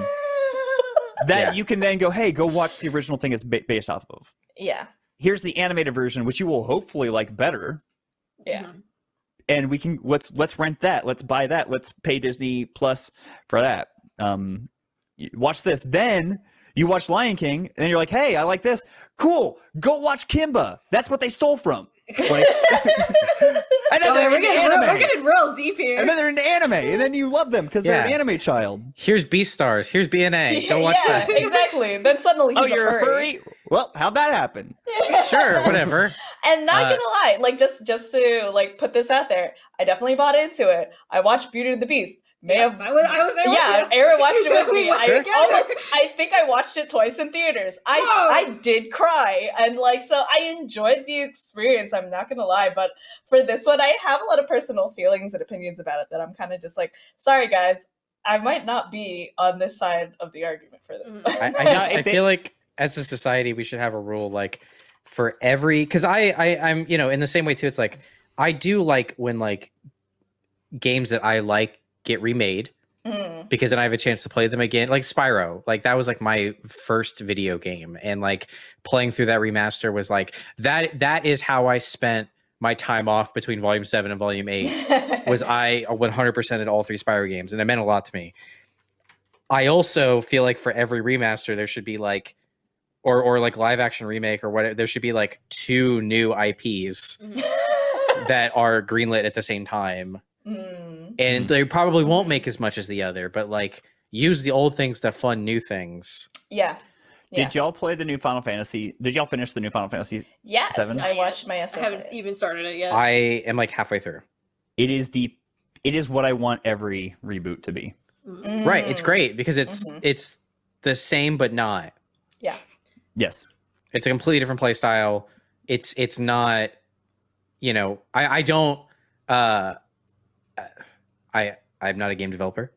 Speaker 3: that
Speaker 2: Yeah.
Speaker 3: you can then go hey go watch the original thing it's ba- based off of
Speaker 1: yeah,
Speaker 3: here's the animated version which you will hopefully like better
Speaker 1: yeah.
Speaker 4: Mhm.
Speaker 3: and we can let's let's rent that let's buy that let's pay Disney plus for that um y- watch this then you watch Lion King and you're like hey I like this cool go watch Kimba that's what they stole from Like, and then
Speaker 4: Oh,
Speaker 3: they're
Speaker 4: we're,
Speaker 3: in
Speaker 4: getting real, we're
Speaker 3: anime.
Speaker 4: getting real deep here.
Speaker 3: And then they're in anime, and then you love them because they're an
Speaker 2: Yeah.
Speaker 3: anime child.
Speaker 2: Here's B stars. Here's BNA. Go watch
Speaker 1: yeah,
Speaker 2: that.
Speaker 1: exactly. Then suddenly he's
Speaker 3: oh, you're a furry? Well, how'd that happen?
Speaker 2: Sure, whatever.
Speaker 1: And not
Speaker 2: Uh,
Speaker 1: gonna lie, like just just to like put this out there, I definitely bought into it. I watched Beauty and the Beast. May have
Speaker 4: I was, I was there with
Speaker 1: yeah,
Speaker 4: you.
Speaker 1: Aaron watched it with
Speaker 4: We
Speaker 1: me.
Speaker 4: watched
Speaker 1: I
Speaker 4: it
Speaker 1: almost,
Speaker 4: together.
Speaker 1: I think I watched it twice in theaters. I
Speaker 4: Whoa.
Speaker 1: I did cry, and like so, I enjoyed the experience. I'm not gonna lie, but for this one, I have a lot of personal feelings and opinions about it that I'm kind of just like, sorry guys, I might not be on this side of the argument for this.
Speaker 4: Mhm.
Speaker 1: one.
Speaker 2: I, I,
Speaker 3: Yeah,
Speaker 2: just-
Speaker 3: if
Speaker 2: I
Speaker 3: they-
Speaker 2: feel like as a society we should have a rule like for every because I, I I'm you know in the same way too. It's like I do like when like games that I like get remade
Speaker 1: Mm.
Speaker 2: because then I have a chance to play them again. Like Spyro, like that was like my first video game, and like playing through that remaster was like that. That is how I spent my time off between Volume Seven and Volume Eight. was I 100% at all three Spyro games, and it meant a lot to me. I also feel like for every remaster, there should be like, or or like live action remake or whatever, there should be like two new IPs that are greenlit at the same time,
Speaker 1: Mm.
Speaker 2: and
Speaker 3: Mm.
Speaker 2: they probably won't make as much as the other, but like use the old things to fund new things.
Speaker 1: Yeah. Yeah.
Speaker 3: Did y'all play the new Final Fantasy? Did y'all finish the new Final Fantasy?
Speaker 1: Yes,
Speaker 3: Seven?
Speaker 1: I watched my
Speaker 4: I
Speaker 1: essay.
Speaker 4: haven't even started it yet.
Speaker 2: I am like halfway through.
Speaker 3: It is the, it is what I want every reboot to be.
Speaker 4: Mm.
Speaker 2: Right, it's great because it's
Speaker 1: Mhm.
Speaker 2: it's the same but not.
Speaker 3: Yes.
Speaker 2: It's a completely different play style. It's it's not, you know, I I don't uh I I'm not a game developer.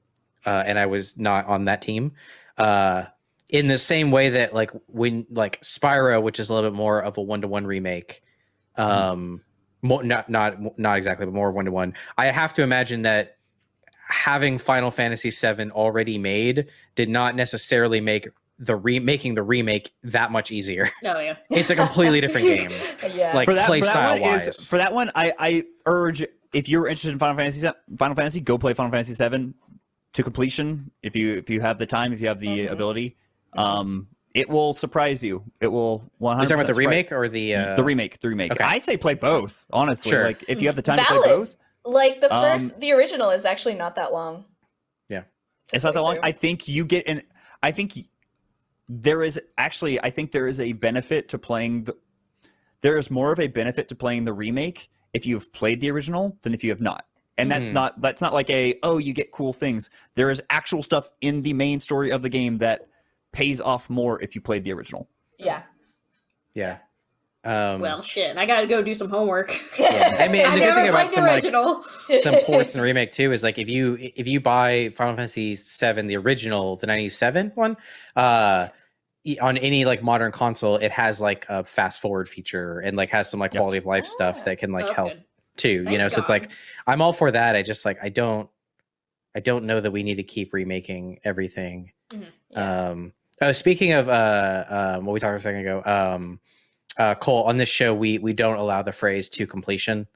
Speaker 2: Uh and I was not on that team. Uh in the same way that like when like Spyro, which is a little bit more of a one to one remake, um more, not not not exactly, but more one to one. I have to imagine that having Final Fantasy VII already made did not necessarily make the re- making the remake that much easier.
Speaker 4: Oh yeah.
Speaker 2: It's a completely different game.
Speaker 1: Yeah.
Speaker 2: Like play style
Speaker 3: one
Speaker 2: wise.
Speaker 3: is- for that one, I, I urge if you're interested in Final Fantasy, se- Final Fantasy, go play Final Fantasy VII to completion. If you if you have the time, if you have the
Speaker 1: Mhm.
Speaker 3: ability,
Speaker 1: Mhm.
Speaker 3: um, it will surprise you. It will one
Speaker 2: Are you
Speaker 3: hundred.
Speaker 2: talking about the remake or the uh,
Speaker 3: the remake, the remake.
Speaker 2: okay.
Speaker 3: I say play both. Honestly,
Speaker 2: Sure.
Speaker 3: like if you have the time to play
Speaker 1: Valid.
Speaker 3: both,
Speaker 1: Like the first,
Speaker 3: Um,
Speaker 1: the original is actually not that long.
Speaker 2: Yeah.
Speaker 1: to
Speaker 3: it's not
Speaker 1: play
Speaker 3: that long.
Speaker 1: through.
Speaker 3: I think you get an. I think y- there is actually. I think there is a benefit to playing. The, there is more of a benefit to playing the remake if you've played the original than if you have not. And that's
Speaker 2: Mhm.
Speaker 3: not that's not like a oh you get cool things. There is actual stuff in the main story of the game that pays off more if you played the original.
Speaker 1: yeah.
Speaker 2: yeah. Um,
Speaker 4: well, shit. I gotta go do some homework.
Speaker 2: yeah. I mean, and
Speaker 4: I
Speaker 2: the good
Speaker 4: never
Speaker 2: thing
Speaker 4: played
Speaker 2: about
Speaker 4: the
Speaker 2: some like
Speaker 4: original.
Speaker 2: some ports and remake too is like if you if you buy Final Fantasy VII, the original, the '97 one, uh, e- on any like modern console, it has like a fast forward feature and like has some like
Speaker 3: Yep.
Speaker 2: quality of life
Speaker 1: Ah.
Speaker 2: stuff that can like
Speaker 4: Oh, That's
Speaker 2: help
Speaker 4: good.
Speaker 2: too. you
Speaker 4: Thank
Speaker 2: know, so it's
Speaker 4: God.
Speaker 2: like I'm all for that. I just like I don't I don't know that we need to keep remaking everything.
Speaker 1: Yeah.
Speaker 2: Um, oh, speaking of uh, um, what we talked a second ago, um, uh, Cole, on this show, we we don't allow the phrase to completion.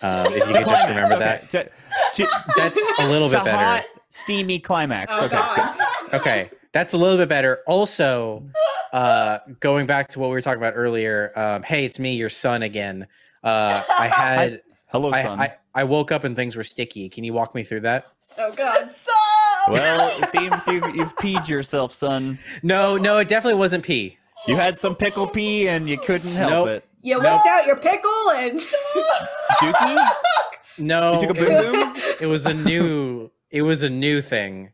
Speaker 2: Um, if you could just remember that,
Speaker 3: that. To, to,
Speaker 2: that's a little
Speaker 3: to
Speaker 2: bit better.
Speaker 3: hot, steamy climax.
Speaker 4: Oh
Speaker 3: okay.
Speaker 4: god.
Speaker 2: Okay, that's a little bit better. Also, uh, going back to what we were talking about earlier, um, hey, it's me, your son again. Uh, I had
Speaker 3: Hello,
Speaker 2: I,
Speaker 3: son.
Speaker 2: I I woke up and things were sticky. Can you walk me through that?
Speaker 4: Oh god.
Speaker 1: Stop!
Speaker 3: well, it seems you've, you've peed yourself, son.
Speaker 2: No, no, it definitely wasn't pee.
Speaker 3: You had some pickle pee and you couldn't help
Speaker 2: Nope.
Speaker 3: it.
Speaker 4: You whipped out your pickle and
Speaker 3: Dookie?
Speaker 2: No,
Speaker 3: You took a
Speaker 2: it
Speaker 3: boom
Speaker 2: was-
Speaker 3: boom?
Speaker 2: it was a new it was a new thing.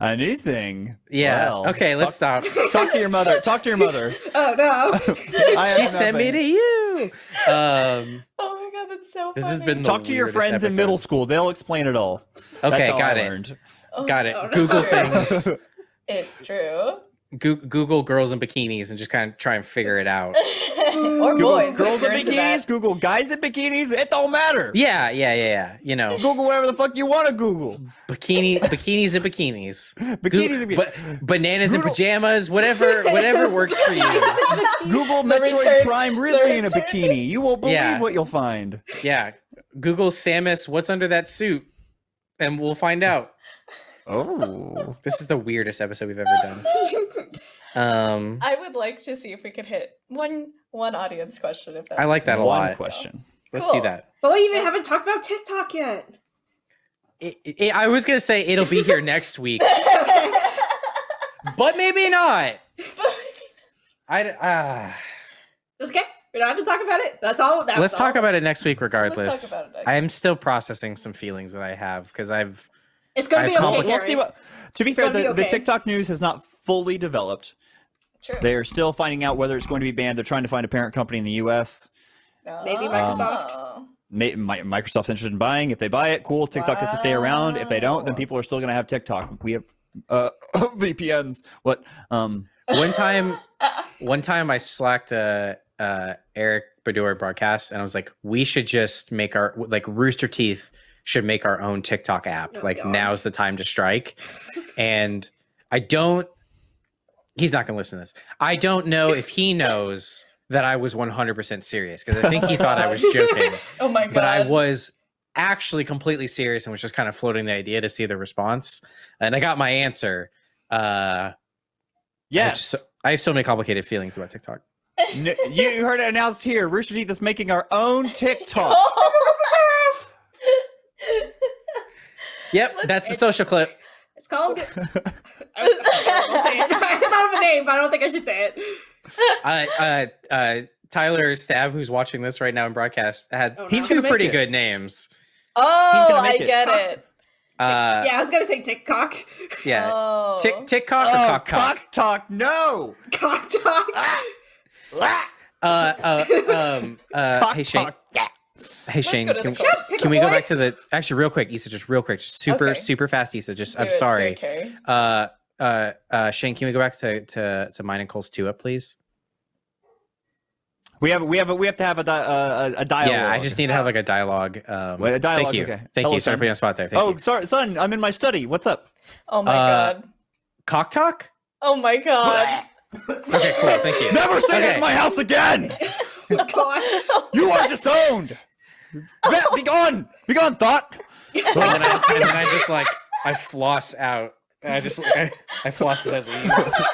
Speaker 3: A new thing.
Speaker 2: Yeah.
Speaker 3: Wow.
Speaker 2: okay, let's stop.
Speaker 3: Talk to your mother. Talk to your mother.
Speaker 4: oh no.
Speaker 3: I have
Speaker 2: she sent me
Speaker 3: nothing.
Speaker 2: to you. Um,
Speaker 1: oh my god, that's so funny.
Speaker 2: this has been the
Speaker 3: Talk to your
Speaker 2: weirdest
Speaker 3: friends in
Speaker 2: episode.
Speaker 3: middle school. They'll explain it all. That's
Speaker 2: Okay,
Speaker 3: all
Speaker 2: got
Speaker 3: I
Speaker 2: it.
Speaker 3: learned.
Speaker 1: Oh,
Speaker 2: Got it.
Speaker 4: Oh, no.
Speaker 2: Google things.
Speaker 1: It's true.
Speaker 2: Goo- Google girls in bikinis and just kind of try and figure it out.
Speaker 1: or
Speaker 3: Google
Speaker 1: boys. if
Speaker 3: girls in
Speaker 1: you're into that.
Speaker 3: bikinis, Google guys in bikinis. It don't matter.
Speaker 2: Yeah, yeah, yeah, yeah. You know,
Speaker 3: Google whatever the fuck you want to Google.
Speaker 2: bikini, bikinis and bikinis, Goo-
Speaker 3: Bikinis and
Speaker 2: ba- bananas and
Speaker 3: Google-
Speaker 2: pajamas, whatever, whatever works for you.
Speaker 3: Google Metroid
Speaker 1: return-
Speaker 3: Prime Ridley in a
Speaker 1: return-
Speaker 3: bikini. You won't believe
Speaker 2: Yeah.
Speaker 3: what you'll find.
Speaker 2: Yeah, Google Samus. What's under that suit? And we'll find out.
Speaker 3: Oh.
Speaker 2: This is the weirdest episode we've ever done. Um,
Speaker 1: I would like to see if we could hit one one audience question. If that's
Speaker 2: I like that a
Speaker 3: One
Speaker 2: lot.
Speaker 3: question.
Speaker 2: Let's
Speaker 1: Cool.
Speaker 2: do that.
Speaker 4: But we even haven't talked about TikTok yet.
Speaker 2: It, it- I was gonna say it'll be here next week, but maybe not. I uh,
Speaker 4: That's okay. We don't have to talk about it. That's all. That
Speaker 2: let's
Speaker 4: was
Speaker 2: talk
Speaker 4: all.
Speaker 2: about it next week,
Speaker 1: Let's
Speaker 2: regardless.
Speaker 1: talk about it next.
Speaker 2: I'm still processing some feelings that I have because I've
Speaker 4: It's gonna
Speaker 2: I've
Speaker 4: be okay.
Speaker 2: compli-
Speaker 3: We'll see
Speaker 4: Gary.
Speaker 3: what- to be fair,
Speaker 4: gonna
Speaker 3: the,
Speaker 4: be
Speaker 3: the
Speaker 4: okay.
Speaker 3: TikTok news has not fully developed.
Speaker 1: True.
Speaker 3: They are still finding out whether it's going to be banned. They're trying to find a parent company in the U.S.
Speaker 4: Maybe Microsoft.
Speaker 1: Oh.
Speaker 3: May, Mi- Microsoft's interested in buying. If they buy it, cool. TikTok has to stay around. If they don't, then
Speaker 1: Wow.
Speaker 3: people are still going to have TikTok. We have uh, VPNs. What? Um,
Speaker 2: one time
Speaker 1: Uh,
Speaker 2: one time I slacked uh, uh, Eric Bedour broadcast, and I was like, we should just make our like Rooster Teeth should make our own TikTok app.
Speaker 4: Oh,
Speaker 2: like
Speaker 4: God.
Speaker 2: now's the time to strike. and I don't. He's not going to listen to this. I don't know if he knows that I was 100% serious because I think he thought I was joking,
Speaker 1: oh my god.
Speaker 2: but I was actually completely serious and was just kind of floating the idea to see the response. And I got my answer. Uh, I have
Speaker 3: yes.
Speaker 2: so- I have so many complicated feelings about TikTok.
Speaker 3: N- you you heard it announced here. Rooster Teeth is making our own TikTok.
Speaker 1: Oh.
Speaker 2: Yep, that's the social clip.
Speaker 4: It's called. I, was- I won't say it. I thought of a name, but I don't think I should say it.
Speaker 2: Uh, uh, uh, Tyler Stab, who's watching this right now in broadcast, had
Speaker 4: Oh, no.
Speaker 2: he's
Speaker 4: He's
Speaker 2: two
Speaker 3: gonna make
Speaker 2: pretty
Speaker 3: it.
Speaker 2: good names.
Speaker 1: oh,
Speaker 3: gonna
Speaker 1: I
Speaker 3: make it.
Speaker 1: get it.
Speaker 2: Uh,
Speaker 4: yeah, I was gonna say TikTok.
Speaker 2: yeah,
Speaker 1: Oh.
Speaker 2: tick tick cock or cock cock.
Speaker 3: cock talk. No.
Speaker 4: Cock talk.
Speaker 3: Ah,
Speaker 2: Uh, uh, um, uh,
Speaker 3: cock
Speaker 2: hey Shane,
Speaker 3: talk. Yeah.
Speaker 2: hey Shane,
Speaker 1: go to the
Speaker 2: can,
Speaker 1: cock.
Speaker 2: can we go back to the actually real quick, Issa, just real quick, just super
Speaker 1: Okay.
Speaker 2: super fast, Issa. Just
Speaker 1: Do
Speaker 2: I'm
Speaker 1: it, do it,
Speaker 2: sorry.
Speaker 1: Carrie.
Speaker 2: Uh, uh, uh, Shane, can we go back to to to mine and Cole's two up, please?
Speaker 3: We have we have we have to have a di- uh, a, a dialogue.
Speaker 2: Yeah, I just need to have like a dialogue. Um,
Speaker 3: Wait, a dialogue,
Speaker 2: thank you,
Speaker 3: okay.
Speaker 2: thank
Speaker 3: Hello,
Speaker 2: you. Sorry,
Speaker 3: Shane.
Speaker 2: to put you on the spot there. Thank
Speaker 3: Oh,
Speaker 2: you.
Speaker 3: sorry, son. I'm in my study. What's up?
Speaker 1: Oh my
Speaker 2: Uh,
Speaker 1: god.
Speaker 2: Cock talk.
Speaker 1: Oh my god.
Speaker 2: Okay, cool. Thank you.
Speaker 3: Never say that
Speaker 2: Okay.
Speaker 3: in my house again.
Speaker 4: God.
Speaker 3: You are disowned. Be, be gone. Be gone. Thought.
Speaker 2: and, then I, and then I just like I floss out. And I just like, I, I floss as I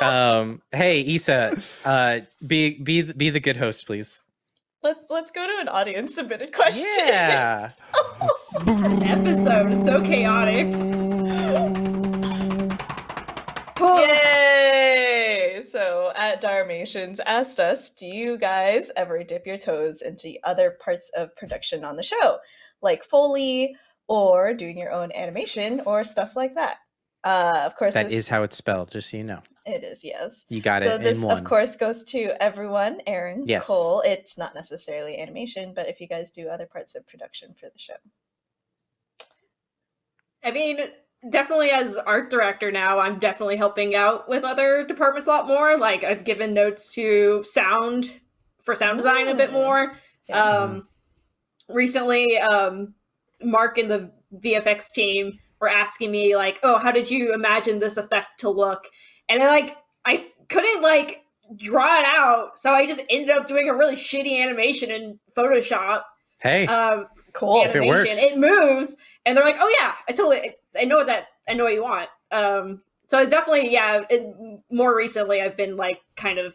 Speaker 2: leave. um, hey Issa, uh, be be th- be the good host, please.
Speaker 1: Let's let's go to an audience submitted question.
Speaker 2: Yeah.
Speaker 4: Episode is so chaotic. Oh,
Speaker 1: Yay! So at Darmations asked us, do you guys ever dip your toes into the other parts of production on the show? Like Foley or doing your own animation or stuff like that? Uh, of course,
Speaker 2: That
Speaker 1: this-
Speaker 2: is how it's spelled, just so you know.
Speaker 1: it is, yes.
Speaker 2: You got
Speaker 1: So
Speaker 2: it
Speaker 1: this,
Speaker 2: in one.
Speaker 1: of course, goes to everyone. Aaron,
Speaker 2: Yes.
Speaker 1: Cole. It's not necessarily animation, but if you guys do other parts of production for the show,
Speaker 4: I mean, definitely as art director now, I'm definitely helping out with other departments a lot more. Like I've given notes to sound for sound design a bit
Speaker 1: Mm.
Speaker 4: more.
Speaker 1: Yeah.
Speaker 4: Um, recently, um, Mark and the VFX team were asking me like, "Oh, how did you imagine this effect to look?" And I like I couldn't like draw it out, so I just ended up doing a really shitty animation in Photoshop.
Speaker 2: hey,
Speaker 1: uh,
Speaker 4: Um,
Speaker 1: cool.
Speaker 2: if it
Speaker 4: animation.
Speaker 2: works.
Speaker 4: It moves, and they're like, "Oh yeah, I totally, I know that, I know what you want." Um, so it's definitely, yeah. It, more recently, I've been like kind of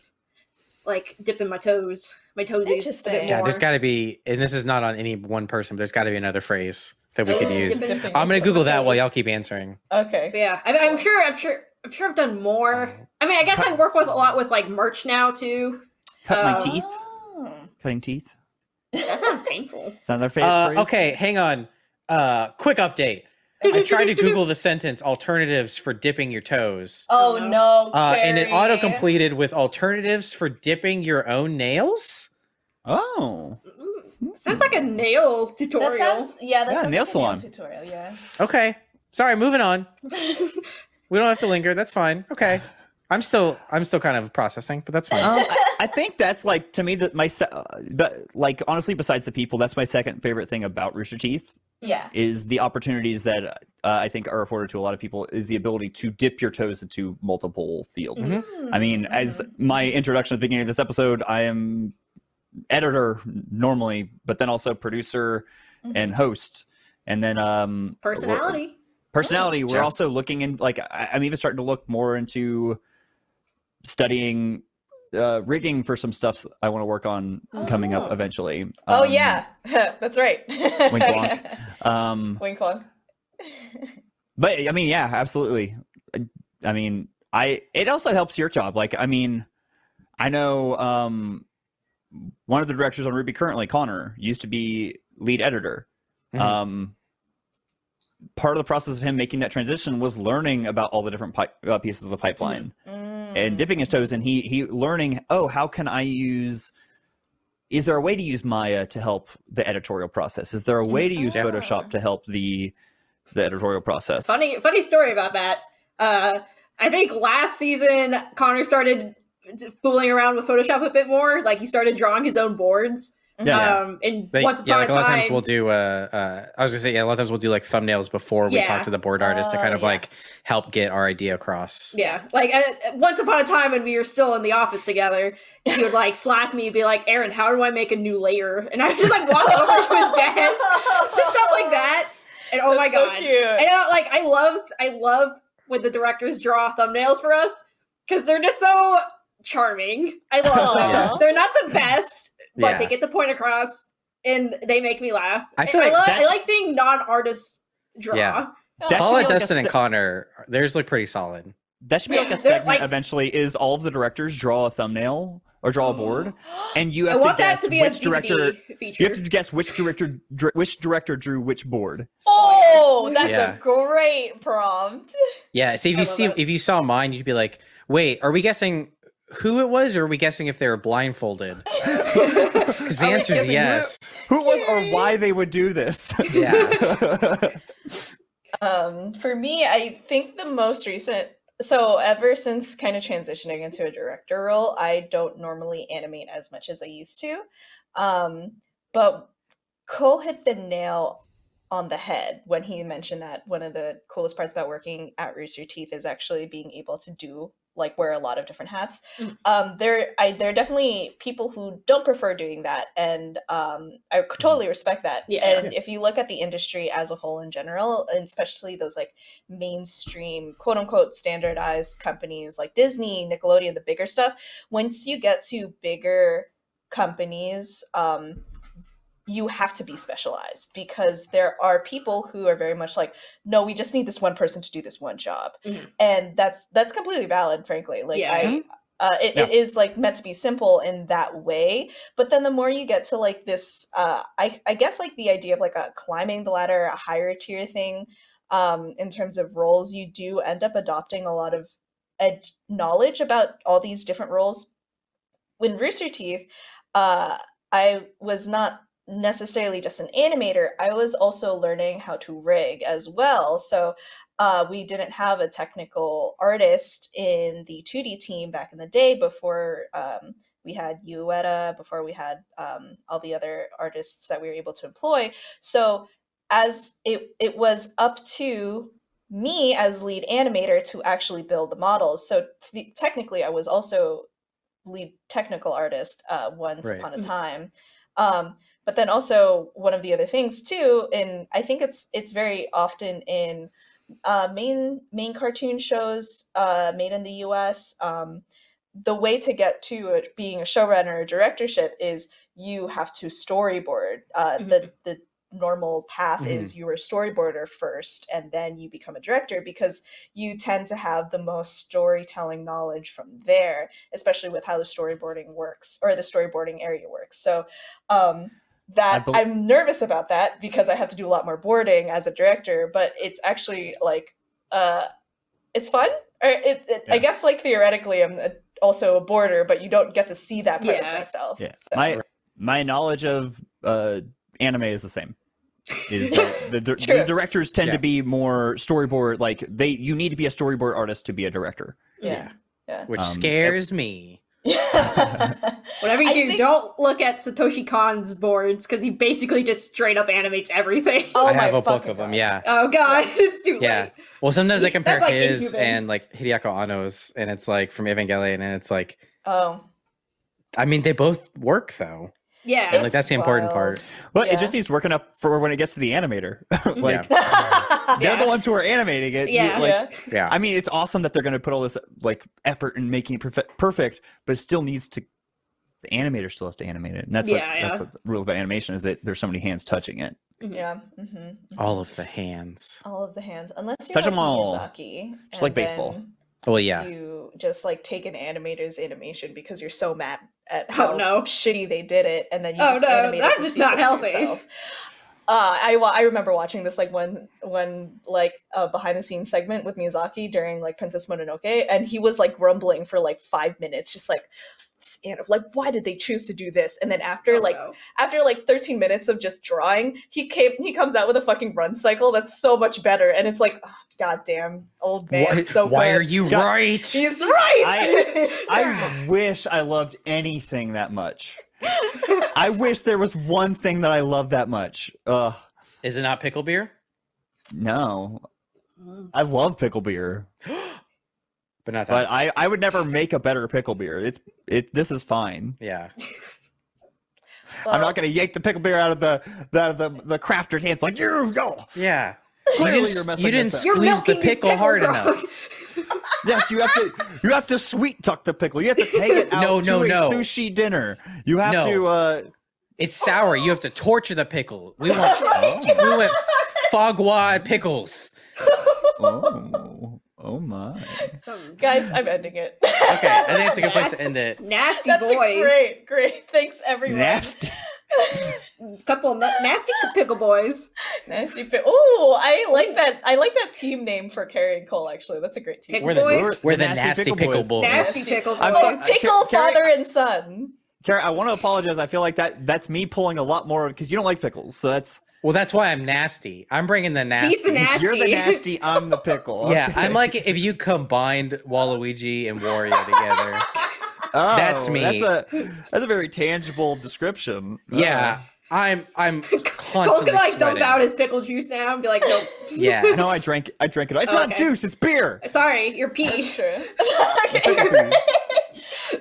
Speaker 4: like dipping my toes, my toesies a
Speaker 1: Interesting.
Speaker 4: bit
Speaker 2: yeah,
Speaker 4: more.
Speaker 2: there's got to be, and this is not on any one person, but there's got to be another phrase that we could use.
Speaker 4: Dipping-
Speaker 1: Dipping
Speaker 2: I'm gonna
Speaker 1: into-
Speaker 2: Google that while y'all keep answering.
Speaker 4: But
Speaker 1: Okay.
Speaker 4: yeah, I, I'm sure, I'm sure, I'm sure I've done
Speaker 2: Oh.
Speaker 4: more. I mean, I guess I work with a lot with like merch now too.
Speaker 3: Cut my
Speaker 4: Uh,
Speaker 3: teeth.
Speaker 1: Oh.
Speaker 3: Cutting teeth.
Speaker 4: That sounds painful.
Speaker 3: Is that their favorite
Speaker 2: Uh,
Speaker 3: phrase?
Speaker 2: okay, hang on. Uh, quick update. I tried to Google the sentence alternatives for dipping your toes.
Speaker 1: Oh
Speaker 4: Oh,
Speaker 1: no!
Speaker 2: uh, and it
Speaker 1: Carrie.
Speaker 2: auto completed with alternatives for dipping your own nails.
Speaker 3: Oh.
Speaker 4: Mm, Sounds like a nail tutorial.
Speaker 1: That sounds yeah. That
Speaker 3: Yeah,
Speaker 1: sounds
Speaker 3: nail
Speaker 1: like a
Speaker 3: salon.
Speaker 1: tutorial. Yeah.
Speaker 2: Okay, sorry, moving on. we don't have to linger. That's fine. Okay, I'm still I'm still kind of processing, but that's fine.
Speaker 3: Um, I, I think that's like to me that my se- uh, but like honestly, besides the people, that's my second favorite thing about Rooster Teeth
Speaker 1: Yeah.
Speaker 3: is the opportunities that uh, I think are afforded to a lot of people is the ability to dip your toes into multiple fields.
Speaker 2: Mm-hmm.
Speaker 1: Hmm.
Speaker 3: I mean, as my introduction at the beginning of this episode, I am editor
Speaker 1: Mm-hmm.
Speaker 3: normally, but then also producer and host, and then um,
Speaker 4: Personality.
Speaker 3: personality we're
Speaker 2: Sure.
Speaker 3: also looking in like I, i'm even starting to look more into studying uh, rigging for some stuff i want to work on coming up
Speaker 1: Oh.
Speaker 3: eventually
Speaker 1: oh
Speaker 3: Um,
Speaker 1: yeah, that's right.
Speaker 3: wink wonk. um
Speaker 1: Wink wonk.
Speaker 3: but i mean yeah absolutely I, I mean i it also helps your job like i mean i know um one of the directors on ruby currently connor used to be lead editor
Speaker 2: Mhm.
Speaker 3: um part of the process of him making that transition was learning about all the different pi- uh, pieces of the pipeline
Speaker 1: Hmm. Mm-hmm.
Speaker 3: and dipping his toes in he he learning oh how can i use is there a way to use maya to help the editorial process is there a way to use
Speaker 1: Yeah.
Speaker 3: photoshop to help the the editorial process
Speaker 4: Funny, funny story about that. Uh, I think last season Connor started d- fooling around with Photoshop a bit more. Like he started drawing his own boards.
Speaker 2: Yeah.
Speaker 4: Um, and
Speaker 2: They-
Speaker 4: once upon
Speaker 2: yeah, like
Speaker 4: a
Speaker 2: a lot of
Speaker 4: time,
Speaker 2: times we'll do. Uh, uh, I was gonna say, yeah, a lot of times we'll do like thumbnails before we
Speaker 4: Yeah.
Speaker 2: talk to the board artist to
Speaker 1: Oh,
Speaker 2: kind of
Speaker 1: yeah.
Speaker 2: like help get our idea across.
Speaker 4: yeah, like uh, once upon a time when we were still in the office together, he would like slap me and be like, "Aaron, how do I make a new layer?" And I would just like walk over
Speaker 1: Oh,
Speaker 4: to his desk, stuff like that. And oh my god,
Speaker 1: so cute.
Speaker 4: And I, like I love I love when the directors draw thumbnails for us because they're just so charming. I love them.
Speaker 1: Aw.
Speaker 4: They're not the best, but
Speaker 2: Yeah.
Speaker 4: they get the point across and they make me laugh.
Speaker 2: I feel like
Speaker 4: love, I
Speaker 3: that's-
Speaker 4: like seeing non-artists draw.
Speaker 2: Yeah.
Speaker 3: That should
Speaker 2: Paula,
Speaker 3: be like a
Speaker 2: Dustin, and
Speaker 3: se-
Speaker 2: Connor, theirs look pretty solid.
Speaker 3: that should be like a
Speaker 4: They're,
Speaker 3: segment
Speaker 4: like-
Speaker 3: eventually is all of the directors draw a thumbnail or draw a board and you
Speaker 4: I
Speaker 3: have
Speaker 4: want
Speaker 3: to guess
Speaker 4: that to be a
Speaker 3: which
Speaker 4: DVD
Speaker 3: director
Speaker 4: feature.
Speaker 3: you have to guess which director dr- which director drew which board
Speaker 1: Oh, that's
Speaker 2: Yeah.
Speaker 1: a great prompt.
Speaker 2: Yeah. See, if
Speaker 1: I
Speaker 2: you
Speaker 1: love
Speaker 2: see,
Speaker 1: it.
Speaker 2: if you saw mine, you'd be like, "Wait, are we guessing who it was, or are we guessing if they were blindfolded?" Because the
Speaker 3: Are we
Speaker 2: answer is
Speaker 3: guessing who-
Speaker 2: yes.
Speaker 3: who it was or why they would do this
Speaker 2: Yeah.
Speaker 1: Um, for me, I think the most recent. So ever since kind of transitioning into a director role, I don't normally animate as much as I used to. Um, but Cole hit the nail on the head when he mentioned that one of the coolest parts about working at Rooster Teeth is actually being able to do like wear a lot of different hats.
Speaker 4: Mm.
Speaker 1: Um, there, I there are definitely people who don't prefer doing that, and um, I c- totally respect that.
Speaker 4: Mm-hmm. Yeah.
Speaker 1: And if you look at the industry as a whole in general, and especially those like mainstream quote unquote standardized companies like Disney, Nickelodeon, the bigger stuff, once you get to bigger companies, um, you have to be specialized because there are people who are very much like no we just need this one person to do this one job
Speaker 4: Mhm.
Speaker 1: and that's that's completely valid frankly like
Speaker 4: Yeah.
Speaker 1: i uh, it, it is like meant to be simple in that way but then the more you get to like this uh i i guess like the idea of like a climbing the ladder a higher tier thing um in terms of roles you do end up adopting a lot of ed- knowledge about all these different roles when rooster teeth uh i was not necessarily just an animator i was also learning how to rig as well so uh, we didn't have a technical artist in the 2d team back in the day before um, we had ueda before we had um, all the other artists that we were able to employ so as it, it was up to me as lead animator to actually build the models so t- technically i was also lead technical artist uh, once
Speaker 2: Right.
Speaker 1: upon a
Speaker 4: Mhm.
Speaker 1: time um, but then also one of the other things too and i think it's it's very often in uh, main main cartoon shows uh, made in the us um, the way to get to it being a showrunner or directorship is you have to storyboard uh, the the normal path
Speaker 2: Mm-hmm.
Speaker 1: is you're a storyboarder first and then you become a director because you tend to have the most storytelling knowledge from there especially with how the storyboarding works or the storyboarding area works so um that
Speaker 3: bel-
Speaker 1: i'm nervous about that because i have to do a lot more boarding as a director but it's actually like uh it's fun or it, it i
Speaker 3: Yeah.
Speaker 1: guess like theoretically i'm a, also a boarder but you don't get to see that part
Speaker 4: Yeah.
Speaker 1: of myself
Speaker 3: Yeah.
Speaker 1: so.
Speaker 3: my my knowledge of uh, anime is the same. Is that the, the,
Speaker 1: True.
Speaker 3: the directors tend
Speaker 2: Yeah.
Speaker 3: to be more storyboard like they you need to be a storyboard artist to be a director.
Speaker 1: yeah,
Speaker 2: Which
Speaker 3: Um,
Speaker 2: scares me.
Speaker 4: Whatever you
Speaker 1: I
Speaker 4: do,
Speaker 1: think-
Speaker 4: don't look at Satoshi Khan's boards because he basically just straight up animates everything.
Speaker 1: Oh
Speaker 2: I have
Speaker 1: my
Speaker 2: a book
Speaker 1: fucking
Speaker 2: of them.
Speaker 1: God.
Speaker 2: Yeah.
Speaker 4: Oh god, it's too
Speaker 2: Yeah.
Speaker 4: late.
Speaker 2: Well, sometimes I
Speaker 4: That's,
Speaker 2: compare
Speaker 4: like,
Speaker 2: his
Speaker 4: inhuman.
Speaker 2: and like Hideako Anno's, and it's like from Evangelion, and it's like,
Speaker 1: oh
Speaker 2: I mean, they both work though.
Speaker 4: Yeah.
Speaker 5: And, like
Speaker 1: It's
Speaker 5: that's the important
Speaker 1: wild.
Speaker 5: part.
Speaker 3: But
Speaker 1: Yeah.
Speaker 3: it just needs working up for when it gets to the animator. like
Speaker 4: Mm-hmm. Yeah.
Speaker 3: they're the ones who are animating it. You-
Speaker 4: Yeah.
Speaker 3: like,
Speaker 1: Yeah.
Speaker 5: Yeah.
Speaker 3: I mean, it's awesome that they're going to put all this like effort in making it perfect, perfect, but it still needs to. The animator still has to animate it, and that's what
Speaker 4: Yeah, yeah.
Speaker 3: that's what the rule about animation is that there's so many hands touching it.
Speaker 4: Mm-hmm.
Speaker 1: Yeah. hmm
Speaker 5: All of the hands.
Speaker 1: All of the hands, unless you're
Speaker 3: Touch
Speaker 1: like
Speaker 3: 'em all.
Speaker 1: Miyazaki,
Speaker 3: Just like
Speaker 1: and
Speaker 3: baseball.
Speaker 1: then
Speaker 5: Well, yeah.
Speaker 1: You just like take an animator's animation because you're so mad at
Speaker 4: Oh,
Speaker 1: how
Speaker 4: no.
Speaker 1: shitty they did it, and then you
Speaker 4: Oh,
Speaker 1: just
Speaker 4: no,
Speaker 1: animate it
Speaker 4: that's
Speaker 1: to
Speaker 4: just
Speaker 1: sequence
Speaker 4: not healthy.
Speaker 1: yourself. Uh, I wa- I remember watching this like one one like uh, behind the scenes segment with Miyazaki during like Princess Mononoke, and he was like grumbling for like five minutes, just like, "This anim- like why did they choose to do this? And then after
Speaker 4: Oh,
Speaker 1: like
Speaker 4: no.
Speaker 1: after like 13 minutes of just drawing, he came he comes out with a fucking run cycle that's so much better. And it's like, "Ah, goddamn old man.
Speaker 2: Why,
Speaker 1: it's so
Speaker 2: why
Speaker 1: good."
Speaker 2: are you
Speaker 3: God-
Speaker 2: right?
Speaker 1: He's right.
Speaker 3: I wish I loved anything that much. I wish there was one thing that I loved that much. Ugh,
Speaker 2: Is it not pickle beer?
Speaker 3: no,
Speaker 4: Mm.
Speaker 3: I love pickle beer,
Speaker 2: But not that.
Speaker 3: but I, I would never make a better pickle beer. It's it. This is fine.
Speaker 2: yeah.
Speaker 3: I'm
Speaker 1: Well,
Speaker 3: not gonna yank the pickle beer out of the the the, the crafter's hands like you go.
Speaker 2: Yeah.
Speaker 3: Clearly
Speaker 2: you didn't,
Speaker 3: you're
Speaker 2: s-
Speaker 3: messing
Speaker 2: you didn't
Speaker 3: this up.
Speaker 4: You're
Speaker 2: squeeze the
Speaker 4: milking these
Speaker 2: pickle hard
Speaker 4: pickles wrong.
Speaker 2: enough.
Speaker 3: Yes, you have to. You have to sweet tuck the pickle. You have to take it out
Speaker 2: No,
Speaker 3: to
Speaker 2: no,
Speaker 3: a
Speaker 2: no.
Speaker 3: sushi dinner. You have
Speaker 2: No.
Speaker 3: to. Uh,
Speaker 2: It's sour. You have to torture the pickle. We want we want foie gras pickles.
Speaker 3: oh, oh my!
Speaker 4: Some
Speaker 1: guys, I'm ending it.
Speaker 2: Okay, I think it's a good place to
Speaker 4: Nasty.
Speaker 2: end it.
Speaker 4: nasty
Speaker 1: That's a
Speaker 4: boys.
Speaker 1: great, great. Thanks everyone.
Speaker 3: Nasty.
Speaker 4: Couple of na- nasty pickle boys.
Speaker 1: Nasty fit. Oh, I like that. I like that team name for Carrie and Cole. Actually, that's a great team.
Speaker 4: Pickle
Speaker 2: We're the
Speaker 4: boys.
Speaker 2: we're, the nasty, pickle, boys.
Speaker 4: Nasty pickle
Speaker 3: I'm
Speaker 4: boys.
Speaker 3: sorry.
Speaker 1: Oh, pickle
Speaker 3: Ca- Carrie-
Speaker 1: father and son.
Speaker 3: Kara, I want to apologize. I feel like that that's me pulling a lot more because you don't like pickles. So that's
Speaker 2: Well, that's why I'm nasty. I'm bringing the nasty.
Speaker 4: He's the nasty.
Speaker 3: you're the nasty. I'm the pickle.
Speaker 2: Yeah,
Speaker 3: Okay.
Speaker 2: I'm like if you combined Waluigi and Wario together.
Speaker 3: Oh,
Speaker 2: that's me.
Speaker 3: That's a that's a very tangible description.
Speaker 2: Yeah, I'm I'm
Speaker 4: Cole's
Speaker 2: constantly
Speaker 4: gonna like
Speaker 2: sweating.
Speaker 4: dump out his pickle juice now and be like, nope.
Speaker 3: Oh.
Speaker 2: yeah,
Speaker 3: No, I drank I drank it. It's not
Speaker 4: Okay.
Speaker 3: juice. It's beer.
Speaker 4: Sorry, you're pee.
Speaker 1: Sure.
Speaker 3: Thank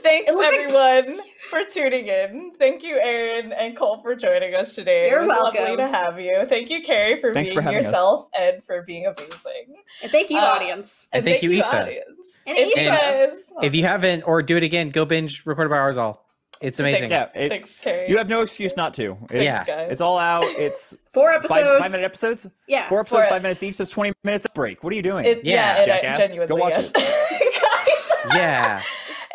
Speaker 1: Thanks
Speaker 4: It looks like-
Speaker 1: everyone for tuning in. Thank you, Aaron and Cole, for joining us today.
Speaker 4: You're
Speaker 1: it was lovely
Speaker 4: welcome.
Speaker 1: to have you. Thank you, Carrie, for
Speaker 3: Thanks for
Speaker 1: being
Speaker 3: having us.
Speaker 1: yourself and for being amazing.
Speaker 4: And thank you,
Speaker 1: Uh,
Speaker 4: audience.
Speaker 2: And thank you, Issa.
Speaker 1: audience.
Speaker 4: And
Speaker 1: And
Speaker 4: Issa.
Speaker 1: Issa.
Speaker 2: if you haven't or do it again, go binge recorded by ours all. It's amazing.
Speaker 3: Yeah, it's
Speaker 1: Thanks, Carrie.
Speaker 3: you have no excuse not to. It's,
Speaker 2: Yeah.
Speaker 1: guys.
Speaker 3: it's all out. It's
Speaker 4: Four
Speaker 3: five,
Speaker 4: episodes.
Speaker 3: five minute episodes.
Speaker 4: yeah.
Speaker 3: Four episodes,
Speaker 1: Four-
Speaker 3: five minutes each. That's twenty minutes break. What are you doing?
Speaker 1: It-
Speaker 2: Yeah,
Speaker 1: yeah, it,
Speaker 3: jackass.
Speaker 1: uh, genuinely,
Speaker 3: Go watch
Speaker 1: yes.
Speaker 3: it.
Speaker 1: guys,
Speaker 2: Yeah.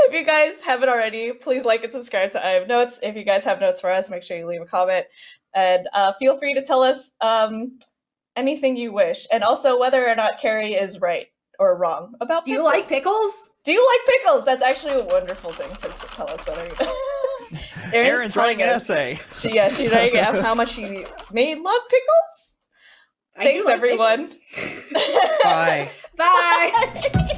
Speaker 1: if you guys haven't already, please like and subscribe to I Have Notes. If you guys have notes for us, make sure you leave a comment and uh, feel free to tell us um, anything you wish, and also whether or not Carrie is right or wrong about.
Speaker 4: Do you like pickles?
Speaker 1: Do you like pickles? That's actually a wonderful thing to s- tell us whether. you- Erin's
Speaker 3: Aaron's writing an
Speaker 1: telling us-
Speaker 3: essay.
Speaker 1: She, yeah, she's writing out how much she may love pickles.
Speaker 4: I do
Speaker 1: Thanks,
Speaker 4: like
Speaker 1: everyone.
Speaker 4: pickles.
Speaker 2: Bye.
Speaker 4: Bye.
Speaker 1: Bye.